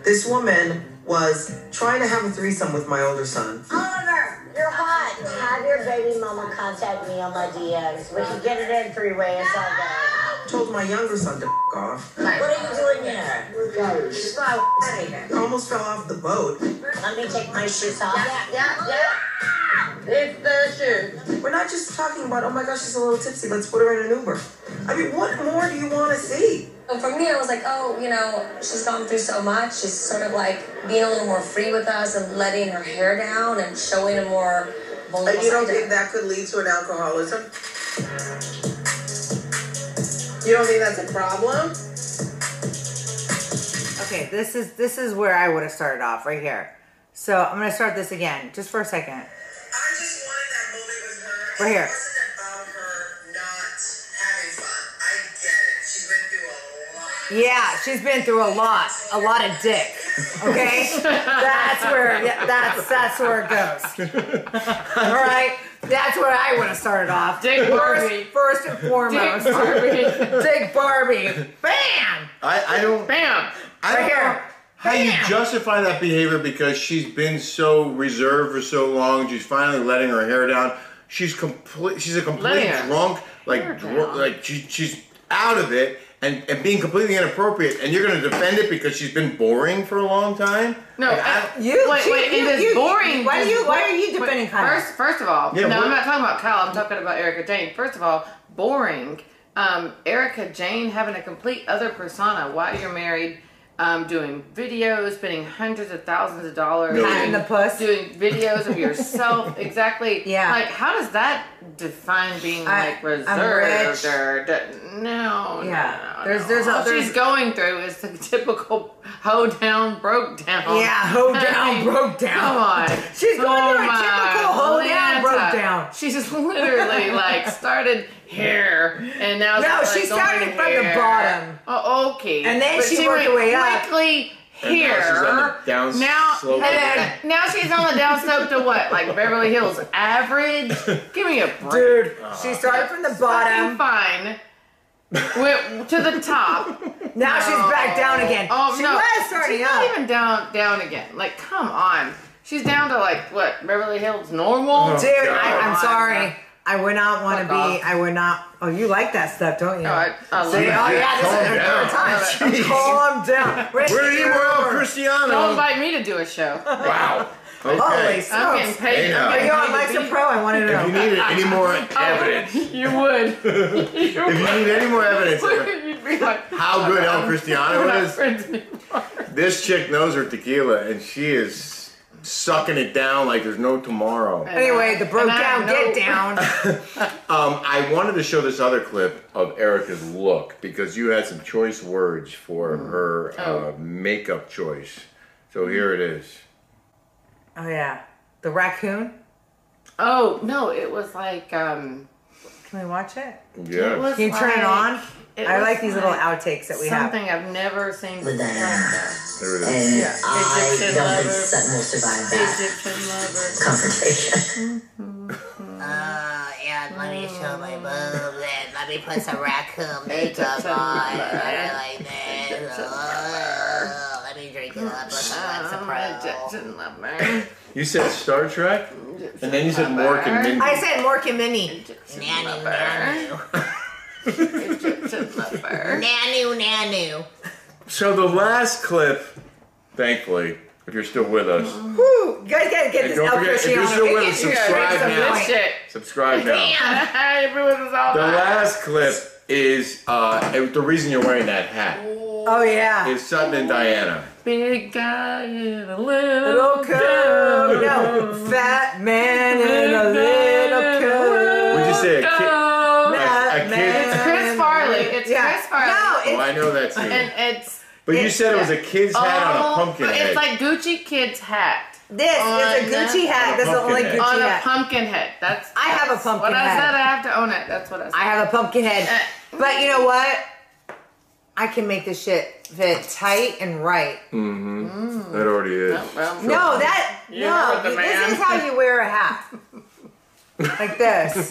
[SPEAKER 4] This woman was trying to have a threesome with my older son.
[SPEAKER 5] Oliver, you're hot. Have your baby mama contact me on my DMs. We can get it in three way. It's all good.
[SPEAKER 4] Told my younger son to f- off.
[SPEAKER 5] What are you doing here? She's my out of here.
[SPEAKER 4] I almost fell off the boat.
[SPEAKER 5] Let me take my shoes off.
[SPEAKER 7] yeah, yeah. It's the shoe.
[SPEAKER 4] We're not just talking about, oh my gosh, she's a little tipsy, let's put her in an Uber. I mean, what more do you want to see?
[SPEAKER 7] And for me, I was like, oh, you know, she's gone through so much. She's sort of like being a little more free with us and letting her hair down and showing a more vulnerable
[SPEAKER 4] Like, Uh, you don't
[SPEAKER 7] side to
[SPEAKER 4] think
[SPEAKER 7] her.
[SPEAKER 4] that could lead to an alcoholism? You don't think that's a problem?
[SPEAKER 2] Okay, this is this is where I would have started off right here. So I'm gonna start this again, just for a second.
[SPEAKER 4] I just wanted that moment with her.
[SPEAKER 2] Right here.
[SPEAKER 4] It wasn't about her not having fun. I get it. She's
[SPEAKER 2] Yeah, she's
[SPEAKER 4] been through a lot.
[SPEAKER 2] been through a lot, a lot of dick. Okay, that's where yeah, that's that's where it goes. All right, that's where I would have started off.
[SPEAKER 3] Dick Barbie.
[SPEAKER 2] first, first and foremost.
[SPEAKER 3] Dick Barbie.
[SPEAKER 2] Dick Barbie. Bam!
[SPEAKER 1] I, I don't.
[SPEAKER 3] Bam.
[SPEAKER 1] I don't
[SPEAKER 2] Right
[SPEAKER 1] know
[SPEAKER 2] here.
[SPEAKER 1] how you
[SPEAKER 2] Bam!
[SPEAKER 1] justify that behavior because she's been so reserved for so long. She's finally letting her hair down. She's complete. She's a complete
[SPEAKER 3] Letting her
[SPEAKER 1] drunk. Like dr-
[SPEAKER 3] down.
[SPEAKER 1] like she, she's out of it and, and being completely inappropriate. And you're going to defend it because she's been boring for a long time.
[SPEAKER 3] No,
[SPEAKER 1] Like,
[SPEAKER 3] I,
[SPEAKER 1] I-
[SPEAKER 2] You,
[SPEAKER 3] wait,
[SPEAKER 2] you-
[SPEAKER 3] wait,
[SPEAKER 2] you-
[SPEAKER 3] and this
[SPEAKER 2] you-
[SPEAKER 3] boring.
[SPEAKER 2] why do
[SPEAKER 3] this-
[SPEAKER 2] you- why are you
[SPEAKER 3] wait,
[SPEAKER 2] defending Kyle?
[SPEAKER 3] First, first of all,
[SPEAKER 1] Yeah,
[SPEAKER 3] no,
[SPEAKER 1] what-
[SPEAKER 3] I'm not talking about Kyle. I'm talking about Erica Jane. First of all, boring. Um, Erica Jane having a complete other persona while you're married, um, doing videos, spending hundreds of thousands of dollars,
[SPEAKER 1] Millions.
[SPEAKER 2] Patting the
[SPEAKER 3] doing-
[SPEAKER 2] puss.
[SPEAKER 3] doing videos of yourself. exactly.
[SPEAKER 2] Yeah.
[SPEAKER 3] Like, how does that define being
[SPEAKER 2] I-
[SPEAKER 3] like
[SPEAKER 2] I'm
[SPEAKER 3] reserved
[SPEAKER 2] rich.
[SPEAKER 3] or d- no?
[SPEAKER 2] Yeah.
[SPEAKER 3] No, no,
[SPEAKER 2] There's-
[SPEAKER 3] no.
[SPEAKER 2] there's a-
[SPEAKER 3] all she's
[SPEAKER 2] there's-
[SPEAKER 3] going through is the typical hoe down, broke down.
[SPEAKER 2] Yeah, hoe down,
[SPEAKER 3] Hey,
[SPEAKER 2] broke
[SPEAKER 3] Come
[SPEAKER 2] down.
[SPEAKER 3] on.
[SPEAKER 2] She's going
[SPEAKER 3] oh
[SPEAKER 2] through a
[SPEAKER 3] my
[SPEAKER 2] typical hoe down, broke
[SPEAKER 3] Lanta.
[SPEAKER 2] down.
[SPEAKER 3] She's literally like started here and now
[SPEAKER 2] No,
[SPEAKER 3] like
[SPEAKER 2] she
[SPEAKER 3] going
[SPEAKER 2] started from the
[SPEAKER 3] here.
[SPEAKER 2] bottom.
[SPEAKER 3] Oh, okay.
[SPEAKER 2] And then she worked
[SPEAKER 3] went
[SPEAKER 2] her way up.
[SPEAKER 3] quickly
[SPEAKER 1] And now
[SPEAKER 3] here.
[SPEAKER 1] she's on the down
[SPEAKER 3] now,
[SPEAKER 1] slope.
[SPEAKER 3] and then- now she's on the down slope to what? Like Beverly Hills average? Give me a break.
[SPEAKER 2] Dude, she started from the bottom.
[SPEAKER 3] Fucking Fine. Went to the top.
[SPEAKER 2] Now she's back down again.
[SPEAKER 3] Oh
[SPEAKER 2] she
[SPEAKER 3] no,
[SPEAKER 2] was starting
[SPEAKER 3] she's
[SPEAKER 2] up.
[SPEAKER 3] not even down, down again. Like, come on, she's down to like what Beverly Hills normal.
[SPEAKER 2] Dude,
[SPEAKER 1] Oh, God.
[SPEAKER 2] I, I'm
[SPEAKER 3] Come on.
[SPEAKER 2] sorry. I would not want to
[SPEAKER 3] Fuck
[SPEAKER 2] be.
[SPEAKER 3] off.
[SPEAKER 2] I would not. Oh, you like that stuff, don't you?
[SPEAKER 3] No, I- I love
[SPEAKER 2] See,
[SPEAKER 3] it.
[SPEAKER 2] oh yeah, this
[SPEAKER 1] Calm
[SPEAKER 2] is her third
[SPEAKER 1] down.
[SPEAKER 2] time.
[SPEAKER 1] Jeez.
[SPEAKER 2] Calm down. We're
[SPEAKER 1] We're the Immoral
[SPEAKER 3] Don't
[SPEAKER 1] Cristiano.
[SPEAKER 3] invite me to do a show.
[SPEAKER 1] Wow.
[SPEAKER 2] Holy
[SPEAKER 1] Okay.
[SPEAKER 3] I'm
[SPEAKER 2] smokes!
[SPEAKER 3] getting paid.
[SPEAKER 1] Hey, uh, now.
[SPEAKER 3] I'm
[SPEAKER 2] Are
[SPEAKER 3] getting
[SPEAKER 2] you on
[SPEAKER 3] paid to
[SPEAKER 2] Life's a
[SPEAKER 3] be-
[SPEAKER 2] Pro? I want to
[SPEAKER 1] If you
[SPEAKER 2] know.
[SPEAKER 1] needed any more
[SPEAKER 3] Oh.
[SPEAKER 1] evidence,
[SPEAKER 3] You would. you
[SPEAKER 1] if you need any more evidence of
[SPEAKER 3] would. You'd be like,
[SPEAKER 1] how good El
[SPEAKER 3] we're
[SPEAKER 1] Cristiano
[SPEAKER 3] not
[SPEAKER 1] is,
[SPEAKER 3] friends anymore.
[SPEAKER 1] this chick knows her tequila and she is sucking it down like there's no tomorrow.
[SPEAKER 2] Anyway, the broke
[SPEAKER 3] And I
[SPEAKER 2] down,
[SPEAKER 3] know-
[SPEAKER 2] get down.
[SPEAKER 1] Um, I wanted to show this other clip of Erica's look because you had some choice
[SPEAKER 3] Mm. Oh.
[SPEAKER 1] words for her uh, makeup choice. So here it is.
[SPEAKER 2] Oh yeah, the raccoon.
[SPEAKER 3] Oh no, it was like um.
[SPEAKER 2] Can we watch it?
[SPEAKER 3] it
[SPEAKER 1] Yeah.
[SPEAKER 3] was
[SPEAKER 2] Can you turn it
[SPEAKER 3] like-
[SPEAKER 2] on?
[SPEAKER 3] it
[SPEAKER 2] I
[SPEAKER 3] was
[SPEAKER 2] like these little
[SPEAKER 3] like
[SPEAKER 2] outtakes that we have.
[SPEAKER 3] Something I've never seen before.
[SPEAKER 5] With that
[SPEAKER 1] There it is.
[SPEAKER 5] And
[SPEAKER 3] Yeah.
[SPEAKER 5] I
[SPEAKER 3] Egyptian
[SPEAKER 5] don't think
[SPEAKER 3] lover.
[SPEAKER 5] Sutton will survive that
[SPEAKER 3] Egyptian lover.
[SPEAKER 5] confrontation.
[SPEAKER 6] Uh, yeah, let me show my boobs and let me put some raccoon makeup on. I like this. Uh, let me drink it up with some Lexapro.
[SPEAKER 3] Egyptian lover.
[SPEAKER 1] You said Star Trek, and then you said Mork and Mindy.
[SPEAKER 2] I said Mork and Minnie.
[SPEAKER 3] Egyptian
[SPEAKER 6] Nanu,
[SPEAKER 3] lover.
[SPEAKER 6] nanu.
[SPEAKER 3] Egyptian lover.
[SPEAKER 6] Nanu, nanu.
[SPEAKER 1] So the last clip, thankfully, if you're still with us,
[SPEAKER 3] Mm-hmm.
[SPEAKER 2] Woo! You guys gotta get
[SPEAKER 1] And
[SPEAKER 2] this
[SPEAKER 1] don't
[SPEAKER 2] El
[SPEAKER 1] forget, if you're
[SPEAKER 2] Cristiano.
[SPEAKER 1] still
[SPEAKER 2] It
[SPEAKER 1] with
[SPEAKER 2] gets
[SPEAKER 1] us,
[SPEAKER 2] you guys
[SPEAKER 1] subscribe
[SPEAKER 2] some
[SPEAKER 1] now.
[SPEAKER 2] point.
[SPEAKER 3] Good shit.
[SPEAKER 1] subscribe now.
[SPEAKER 3] Everyone was all
[SPEAKER 1] The
[SPEAKER 3] about it.
[SPEAKER 1] last clip is uh, the reason you're wearing that hat
[SPEAKER 2] Oh yeah.
[SPEAKER 1] is Sutton and Diana.
[SPEAKER 3] Big guy in a little,
[SPEAKER 2] little coat. No, fat man in a little coat.
[SPEAKER 1] Would you say a kid?
[SPEAKER 3] coat.
[SPEAKER 1] A, a kid?
[SPEAKER 2] Batman.
[SPEAKER 3] Chris Farley. It's
[SPEAKER 2] Yeah.
[SPEAKER 3] Chris Farley.
[SPEAKER 2] No,
[SPEAKER 1] Oh,
[SPEAKER 2] it's
[SPEAKER 1] I know that
[SPEAKER 3] and
[SPEAKER 1] too.
[SPEAKER 3] it's
[SPEAKER 1] But you said it was a kid's hat on a
[SPEAKER 3] all-
[SPEAKER 1] pumpkin
[SPEAKER 3] It's
[SPEAKER 1] head.
[SPEAKER 3] like Gucci Kid's hat
[SPEAKER 2] this.
[SPEAKER 3] On
[SPEAKER 2] It's a Gucci
[SPEAKER 3] the-
[SPEAKER 2] hat. That's the
[SPEAKER 1] pumpkin
[SPEAKER 2] only
[SPEAKER 1] head.
[SPEAKER 2] Gucci
[SPEAKER 3] on a
[SPEAKER 2] hat.
[SPEAKER 3] pumpkin head. That's
[SPEAKER 2] I have a
[SPEAKER 3] that's
[SPEAKER 2] pumpkin
[SPEAKER 3] What I
[SPEAKER 2] head.
[SPEAKER 3] said, I have to own it. That's what I said. Uh,
[SPEAKER 2] I have a pumpkin head. But you know what? I can make this shit fit tight and right.
[SPEAKER 1] Mm-hmm.
[SPEAKER 3] Mm.
[SPEAKER 1] that already is.
[SPEAKER 3] well,
[SPEAKER 2] No, that
[SPEAKER 3] You
[SPEAKER 2] no.
[SPEAKER 3] heard the
[SPEAKER 2] This
[SPEAKER 3] man.
[SPEAKER 2] is how you wear a hat, like this.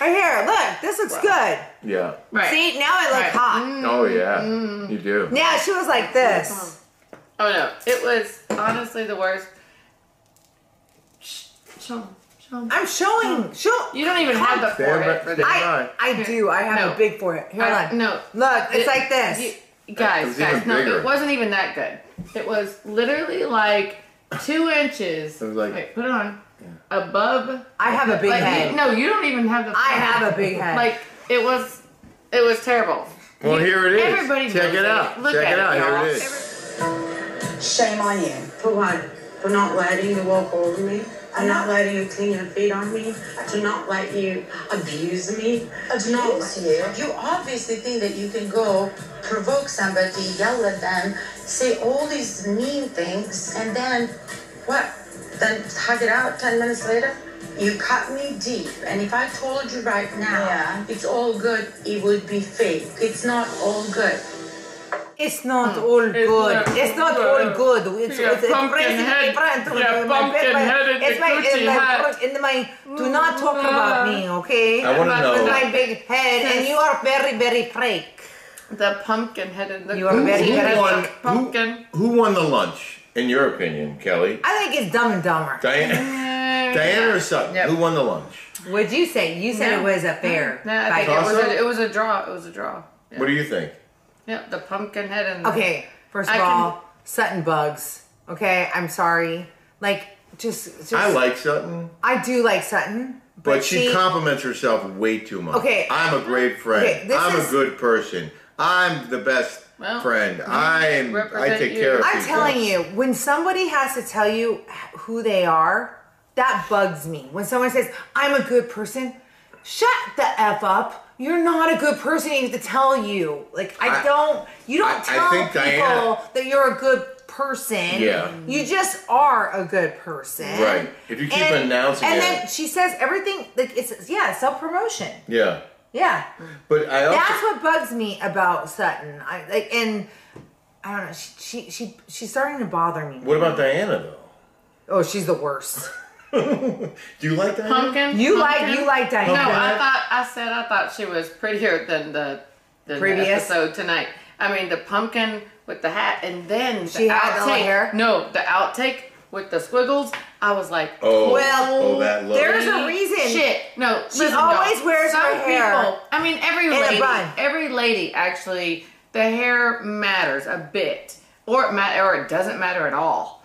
[SPEAKER 2] Right here, look. This looks good.
[SPEAKER 1] Yeah.
[SPEAKER 3] right.
[SPEAKER 2] See, now I look
[SPEAKER 3] Right.
[SPEAKER 2] hot.
[SPEAKER 1] Oh yeah.
[SPEAKER 3] Mm-hmm.
[SPEAKER 1] You do.
[SPEAKER 2] Now she was like this.
[SPEAKER 3] Oh no, it was honestly the worst. Shh, show 'em, show 'em.
[SPEAKER 2] I'm showing. Show.
[SPEAKER 3] You don't even have the
[SPEAKER 1] Stand
[SPEAKER 3] forehead
[SPEAKER 1] by-
[SPEAKER 3] for
[SPEAKER 1] stand
[SPEAKER 3] that.
[SPEAKER 1] by.
[SPEAKER 2] I I do. I have
[SPEAKER 3] No.
[SPEAKER 2] a big forehead. Here,
[SPEAKER 3] I-
[SPEAKER 2] hold on.
[SPEAKER 3] no.
[SPEAKER 2] Look, it's
[SPEAKER 3] It-
[SPEAKER 2] like this.
[SPEAKER 3] You,
[SPEAKER 1] It
[SPEAKER 3] guys,
[SPEAKER 1] was even
[SPEAKER 3] guys, no,
[SPEAKER 1] bigger.
[SPEAKER 3] it wasn't even that good. It was literally like two inches.
[SPEAKER 1] It was like-
[SPEAKER 3] Wait, put it on above.
[SPEAKER 2] I have a big
[SPEAKER 3] like,
[SPEAKER 2] head.
[SPEAKER 3] You, no, you don't even have the.
[SPEAKER 2] I have a big head.
[SPEAKER 3] Like it was, it was terrible.
[SPEAKER 1] Well, here it is.
[SPEAKER 3] Everybody
[SPEAKER 1] Check
[SPEAKER 3] knows
[SPEAKER 1] it
[SPEAKER 3] it.
[SPEAKER 1] out.
[SPEAKER 3] Look
[SPEAKER 1] Check
[SPEAKER 3] at
[SPEAKER 1] it
[SPEAKER 3] it,
[SPEAKER 1] out.
[SPEAKER 3] y'all.
[SPEAKER 1] Here it is.
[SPEAKER 4] Shame on you.
[SPEAKER 5] For what? For not letting you walk over me? I'm not letting you clean your feet on me. I do not let you abuse me. I do not
[SPEAKER 4] Abuse you?
[SPEAKER 5] You obviously think that you can go provoke somebody, yell at them, say all these mean things, and then what? Then hug it out 10 minutes later? You cut me deep, and if I told you right now
[SPEAKER 4] Yeah.
[SPEAKER 5] it's all good, it would be fake. It's not all good.
[SPEAKER 2] It's not all good.
[SPEAKER 3] Mm. not
[SPEAKER 2] it's not all
[SPEAKER 3] good.
[SPEAKER 2] good. It's,
[SPEAKER 3] Your
[SPEAKER 2] it's
[SPEAKER 3] pumpkin
[SPEAKER 2] pressing
[SPEAKER 3] head-
[SPEAKER 2] in front of
[SPEAKER 3] your
[SPEAKER 2] my
[SPEAKER 3] pumpkin
[SPEAKER 2] paper.
[SPEAKER 3] head in
[SPEAKER 2] It's
[SPEAKER 3] the
[SPEAKER 2] my,
[SPEAKER 3] Gucci
[SPEAKER 2] in my,
[SPEAKER 3] hat. Mm-hmm.
[SPEAKER 2] In my, do not talk about me, okay?
[SPEAKER 1] I want to
[SPEAKER 3] But
[SPEAKER 1] know.
[SPEAKER 2] With my big head, and you are very, very prick.
[SPEAKER 3] The pumpkin headed. The
[SPEAKER 2] You are very
[SPEAKER 3] Gucci
[SPEAKER 2] good at
[SPEAKER 1] Who won,
[SPEAKER 2] that.
[SPEAKER 3] pumpkin. Mm.
[SPEAKER 1] who, who won the lunch, in your opinion, Kelly?
[SPEAKER 2] I think it's Dumb and Dumber.
[SPEAKER 1] Diana, Diana or Sutton?
[SPEAKER 3] Yep.
[SPEAKER 1] Who won the lunch?
[SPEAKER 2] What'd you say? You said it
[SPEAKER 3] No.
[SPEAKER 2] was a fair.
[SPEAKER 3] No, I
[SPEAKER 2] fight.
[SPEAKER 3] think it was,
[SPEAKER 1] Also-
[SPEAKER 3] a, it was a draw. It was a draw. Yeah,
[SPEAKER 1] What do you think?
[SPEAKER 3] yeah the pumpkin head and
[SPEAKER 2] Okay, first of
[SPEAKER 3] I can-
[SPEAKER 2] all, Sutton bugs. Okay, I'm sorry. Like, just, just
[SPEAKER 1] I like Sutton,
[SPEAKER 2] I do like Sutton, but,
[SPEAKER 1] but she, compliments herself way too much.
[SPEAKER 2] Okay.
[SPEAKER 1] I'm a great friend.
[SPEAKER 2] Okay, this
[SPEAKER 1] I'm
[SPEAKER 2] is-
[SPEAKER 1] a good person. I'm the best
[SPEAKER 3] Well,
[SPEAKER 1] friend. I'm. I
[SPEAKER 3] represent
[SPEAKER 1] take
[SPEAKER 3] you.
[SPEAKER 1] care of
[SPEAKER 2] I'm
[SPEAKER 1] people.
[SPEAKER 2] telling you, when somebody has to tell you who they are, that bugs me. When someone says, I'm a good person, shut the F up. You're not a good person. You have to tell you. Like, I,
[SPEAKER 1] I-
[SPEAKER 2] don't, you
[SPEAKER 1] I-
[SPEAKER 2] don't
[SPEAKER 1] I
[SPEAKER 2] tell
[SPEAKER 1] think
[SPEAKER 2] people
[SPEAKER 1] Diana-
[SPEAKER 2] that you're a good person.
[SPEAKER 1] Yeah.
[SPEAKER 2] You just are a good person.
[SPEAKER 1] Right. If you keep announcing
[SPEAKER 2] And
[SPEAKER 1] it-
[SPEAKER 2] then she says everything, like, it's, yeah, self promotion.
[SPEAKER 1] Yeah,
[SPEAKER 2] Yeah.
[SPEAKER 1] but I also.
[SPEAKER 2] That's what bugs me about Sutton. I like and I don't know. She she, she she's starting to bother me.
[SPEAKER 1] what about Diana though?
[SPEAKER 2] Oh, she's the worst.
[SPEAKER 1] Do you like Diana?
[SPEAKER 3] pumpkin.
[SPEAKER 2] You
[SPEAKER 3] pumpkin.
[SPEAKER 2] like you like Diana.
[SPEAKER 3] No, I thought I said I thought she was prettier than the than the
[SPEAKER 2] Previous?
[SPEAKER 3] episode tonight. I mean the pumpkin with the hat, and then
[SPEAKER 2] She
[SPEAKER 3] the
[SPEAKER 2] had
[SPEAKER 3] outtake.
[SPEAKER 2] all hair?
[SPEAKER 3] No, the outtake with the squiggles. I was like,
[SPEAKER 1] Oh,
[SPEAKER 2] Well,
[SPEAKER 1] oh, that look.
[SPEAKER 2] there's a
[SPEAKER 3] holy
[SPEAKER 2] reason.
[SPEAKER 3] Shit. No,
[SPEAKER 2] She
[SPEAKER 3] listen,
[SPEAKER 2] always
[SPEAKER 3] y'all.
[SPEAKER 2] wears
[SPEAKER 3] Some
[SPEAKER 2] her hair
[SPEAKER 3] People, I mean, every
[SPEAKER 2] in a
[SPEAKER 3] lady,
[SPEAKER 2] bun.
[SPEAKER 3] every lady actually, the hair matters a bit, or it ma- or it doesn't matter at all.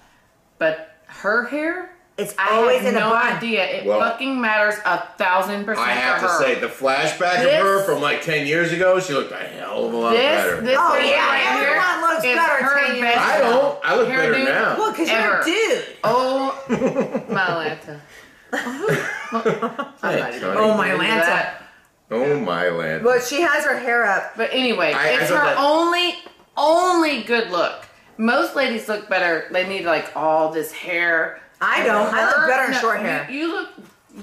[SPEAKER 3] But her hair,
[SPEAKER 2] It's
[SPEAKER 3] I
[SPEAKER 2] always
[SPEAKER 3] have
[SPEAKER 2] in a
[SPEAKER 3] no
[SPEAKER 2] bun.
[SPEAKER 3] idea. It
[SPEAKER 1] Well,
[SPEAKER 3] fucking matters a thousand percent.
[SPEAKER 1] I have
[SPEAKER 3] for
[SPEAKER 1] to
[SPEAKER 3] her.
[SPEAKER 1] say, the flashback of her
[SPEAKER 3] This-
[SPEAKER 1] from like 10 years ago, she looked a hell of a lot better.
[SPEAKER 3] This, this
[SPEAKER 2] Oh,
[SPEAKER 3] right
[SPEAKER 2] yeah,
[SPEAKER 3] here
[SPEAKER 2] everyone looks
[SPEAKER 3] is
[SPEAKER 2] better
[SPEAKER 3] her
[SPEAKER 2] 10 years
[SPEAKER 3] best
[SPEAKER 1] I don't. I look better
[SPEAKER 3] Hairdo.
[SPEAKER 1] now.
[SPEAKER 2] Well, because you're
[SPEAKER 3] Ever.
[SPEAKER 2] a dude.
[SPEAKER 3] Oh, my Lanta. I'm not
[SPEAKER 1] Thanks,
[SPEAKER 3] even
[SPEAKER 1] honey.
[SPEAKER 2] Oh my
[SPEAKER 3] into
[SPEAKER 2] lanta.
[SPEAKER 3] that.
[SPEAKER 1] Oh my land.
[SPEAKER 2] Well, she has her hair up.
[SPEAKER 3] But anyway,
[SPEAKER 1] I- I
[SPEAKER 3] it's
[SPEAKER 1] thought
[SPEAKER 3] her
[SPEAKER 1] that-
[SPEAKER 3] only, only good look. Most ladies look better. They need like all this hair.
[SPEAKER 2] I don't. I look better in
[SPEAKER 3] No,
[SPEAKER 2] short hair.
[SPEAKER 3] You, you look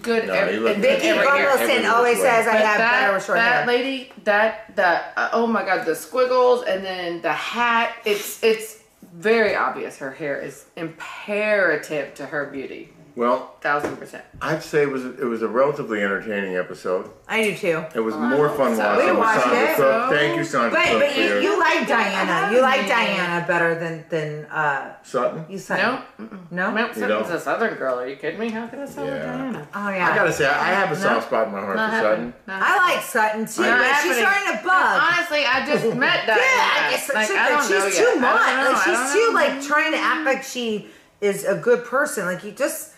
[SPEAKER 3] good.
[SPEAKER 1] No,
[SPEAKER 3] every,
[SPEAKER 1] you look
[SPEAKER 3] Vicky
[SPEAKER 1] good.
[SPEAKER 2] Vicky
[SPEAKER 1] Every hair- Barlow
[SPEAKER 3] Barlow said
[SPEAKER 1] every
[SPEAKER 2] Carlson
[SPEAKER 1] which
[SPEAKER 2] always
[SPEAKER 1] way.
[SPEAKER 2] says I
[SPEAKER 3] But
[SPEAKER 2] have
[SPEAKER 3] that,
[SPEAKER 2] better with short
[SPEAKER 3] that
[SPEAKER 2] hair.
[SPEAKER 3] lady, that that uh, oh my god, the squiggles and then the hat. It's it's very obvious. Her hair is imperative to her beauty.
[SPEAKER 1] Well,
[SPEAKER 3] Thousand percent.
[SPEAKER 1] I'd say it was it was a relatively entertaining episode.
[SPEAKER 2] Oh, I do too.
[SPEAKER 1] It was more fun
[SPEAKER 3] so.
[SPEAKER 1] watching
[SPEAKER 2] We
[SPEAKER 1] with
[SPEAKER 2] watched
[SPEAKER 1] Sandra
[SPEAKER 2] it.
[SPEAKER 1] Cook. Thank you, Sandra
[SPEAKER 2] But
[SPEAKER 1] Cook.
[SPEAKER 2] but
[SPEAKER 1] for
[SPEAKER 2] you,
[SPEAKER 1] your-
[SPEAKER 2] you like Diana. You like
[SPEAKER 3] Mm.
[SPEAKER 2] Diana better than than uh
[SPEAKER 1] Sutton.
[SPEAKER 2] you said
[SPEAKER 3] No,
[SPEAKER 2] no.
[SPEAKER 3] Mount
[SPEAKER 1] You don't?
[SPEAKER 3] Sutton's a Southern girl. Are you kidding me? How could I sound like
[SPEAKER 1] Yeah.
[SPEAKER 3] Diana?
[SPEAKER 2] Oh yeah.
[SPEAKER 1] I gotta say, I have a soft spot in my heart
[SPEAKER 3] Not
[SPEAKER 1] for
[SPEAKER 3] happening.
[SPEAKER 1] Sutton.
[SPEAKER 3] Not happening.
[SPEAKER 2] I like Sutton too,
[SPEAKER 1] Not
[SPEAKER 2] but she's
[SPEAKER 3] happening.
[SPEAKER 2] starting to bug.
[SPEAKER 3] Honestly, I just met Diana.
[SPEAKER 2] Yeah, I guess
[SPEAKER 3] like,
[SPEAKER 2] she-
[SPEAKER 3] I
[SPEAKER 2] like,
[SPEAKER 3] don't know
[SPEAKER 2] she's
[SPEAKER 3] yet.
[SPEAKER 2] too much.
[SPEAKER 3] I don't know.
[SPEAKER 2] Like
[SPEAKER 3] I
[SPEAKER 2] she's
[SPEAKER 3] don't
[SPEAKER 2] too
[SPEAKER 3] know.
[SPEAKER 2] like trying to act like she is a good person. Like you just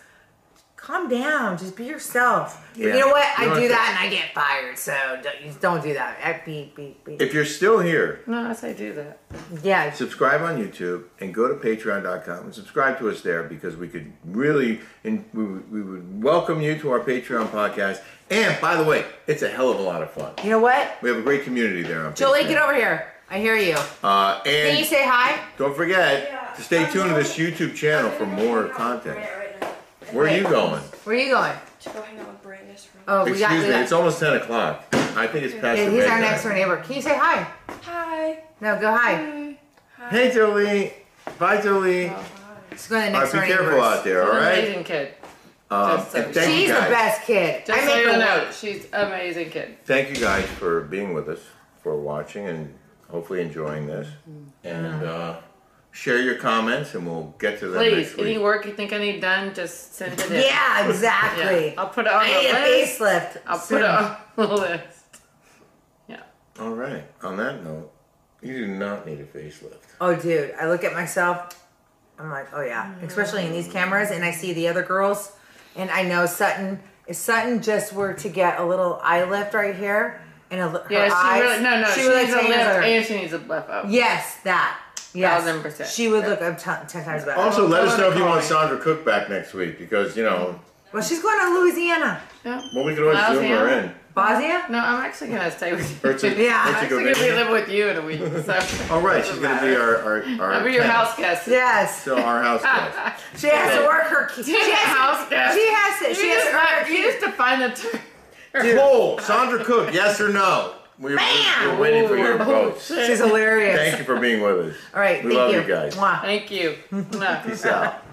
[SPEAKER 2] calm down, just be yourself. But
[SPEAKER 1] Yeah.
[SPEAKER 2] you know what? I
[SPEAKER 1] You know
[SPEAKER 2] do
[SPEAKER 1] what?
[SPEAKER 2] that and I get fired. So don't, you don't do that. Eh, I- Be, be, be.
[SPEAKER 1] If you're still here,
[SPEAKER 3] No, I say do that.
[SPEAKER 2] yeah,
[SPEAKER 1] subscribe on YouTube and go to patreon.com and subscribe to us there because we could really and we, would- we would welcome you to our Patreon podcast. And by the way, it's a hell of a lot of fun.
[SPEAKER 2] you know what?
[SPEAKER 1] We have a great community there on
[SPEAKER 2] Jolie,
[SPEAKER 1] Patreon.
[SPEAKER 2] get over here. I hear you.
[SPEAKER 1] Uh,
[SPEAKER 2] Can you
[SPEAKER 1] and
[SPEAKER 2] say hi?
[SPEAKER 1] don't forget to stay tuned to this YouTube channel for more content. Where are you going?
[SPEAKER 2] Where are you going?
[SPEAKER 10] To go hang out with Brandis. From-
[SPEAKER 2] Oh, we got.
[SPEAKER 1] Excuse
[SPEAKER 2] we
[SPEAKER 1] me,
[SPEAKER 2] got-
[SPEAKER 1] it's almost 10 o'clock. I think it's past
[SPEAKER 2] yeah,
[SPEAKER 1] the
[SPEAKER 2] he's our
[SPEAKER 1] midnight.
[SPEAKER 2] next door neighbor. Can you say hi?
[SPEAKER 10] Hi.
[SPEAKER 2] No, go hi.
[SPEAKER 1] Hey, Jolie. Bye, Jolie.
[SPEAKER 2] Let's go to the
[SPEAKER 1] All
[SPEAKER 2] next
[SPEAKER 1] right, be
[SPEAKER 2] door
[SPEAKER 1] careful
[SPEAKER 2] neighbors.
[SPEAKER 1] out there, all right?
[SPEAKER 3] Amazing kid.
[SPEAKER 1] Um,
[SPEAKER 3] Just so-
[SPEAKER 1] and thank
[SPEAKER 2] She's
[SPEAKER 1] you
[SPEAKER 2] the
[SPEAKER 1] guys.
[SPEAKER 2] best kid.
[SPEAKER 3] Just
[SPEAKER 2] I
[SPEAKER 3] so
[SPEAKER 2] make
[SPEAKER 3] you
[SPEAKER 2] her
[SPEAKER 3] know, she's amazing kid.
[SPEAKER 1] Thank you guys for being with us, for watching, and hopefully enjoying this.
[SPEAKER 2] Mm.
[SPEAKER 1] And uh, share your comments, and we'll get to them
[SPEAKER 3] Please,
[SPEAKER 1] next
[SPEAKER 3] any
[SPEAKER 1] week.
[SPEAKER 3] work you think I need done, just send it in.
[SPEAKER 2] Yeah,
[SPEAKER 3] Yeah.
[SPEAKER 2] exactly.
[SPEAKER 3] I'll put it on
[SPEAKER 2] I need
[SPEAKER 3] the
[SPEAKER 2] a
[SPEAKER 3] list.
[SPEAKER 2] facelift.
[SPEAKER 3] I'll put it on the list. Yeah.
[SPEAKER 1] All right. On that note, you do not need a facelift.
[SPEAKER 2] Oh, dude, I look at myself. I'm like, oh yeah, especially in these cameras, and I see the other girls, and I know Sutton. If Sutton just were to get a little eye lift right here and a, li- her
[SPEAKER 3] Yeah, she
[SPEAKER 2] eyes,
[SPEAKER 3] really no no. She, needs a
[SPEAKER 2] looks
[SPEAKER 3] lift
[SPEAKER 2] better.
[SPEAKER 3] and she needs a lift up.
[SPEAKER 2] Yes, that. Yes,
[SPEAKER 3] Thousand percent.
[SPEAKER 2] She would look up ten times better.
[SPEAKER 1] Also, let
[SPEAKER 3] tell
[SPEAKER 1] us
[SPEAKER 3] her
[SPEAKER 1] know
[SPEAKER 3] to
[SPEAKER 1] if you
[SPEAKER 3] call
[SPEAKER 1] want
[SPEAKER 3] me.
[SPEAKER 1] Sandra Cook back next week because, you know,
[SPEAKER 2] Well, she's going to Louisiana,
[SPEAKER 3] Yeah.
[SPEAKER 1] well, we could always
[SPEAKER 3] Lousy,
[SPEAKER 1] zoom her
[SPEAKER 3] huh?
[SPEAKER 1] in.
[SPEAKER 2] Bosnia.
[SPEAKER 3] No, I'm actually gonna stay with you.
[SPEAKER 1] Or to,
[SPEAKER 2] Yeah,
[SPEAKER 1] or
[SPEAKER 3] I'm
[SPEAKER 1] to go
[SPEAKER 3] actually gonna be
[SPEAKER 1] visit.
[SPEAKER 3] live with you in a week. So.
[SPEAKER 1] All right, she's going to be our, our, our
[SPEAKER 3] I'll be your
[SPEAKER 1] tenant.
[SPEAKER 3] house guest.
[SPEAKER 2] Yes,
[SPEAKER 1] So our house guest.
[SPEAKER 2] she has to
[SPEAKER 1] Okay.
[SPEAKER 2] work her. She
[SPEAKER 3] You're the
[SPEAKER 2] has.
[SPEAKER 3] house guest.
[SPEAKER 2] She has to.
[SPEAKER 3] You
[SPEAKER 2] She has
[SPEAKER 3] just-
[SPEAKER 2] to. earn her
[SPEAKER 3] you
[SPEAKER 2] keep.
[SPEAKER 3] just define the term.
[SPEAKER 1] Poll, Sandra Cook, yes or no? We're, we're waiting for your
[SPEAKER 3] Ooh.
[SPEAKER 1] votes.
[SPEAKER 2] She's hilarious.
[SPEAKER 1] Thank you for being with us.
[SPEAKER 2] All right,
[SPEAKER 1] We
[SPEAKER 2] thank
[SPEAKER 1] love
[SPEAKER 2] you
[SPEAKER 1] you guys.
[SPEAKER 2] Mwah.
[SPEAKER 3] Thank you. No.
[SPEAKER 1] Peace out.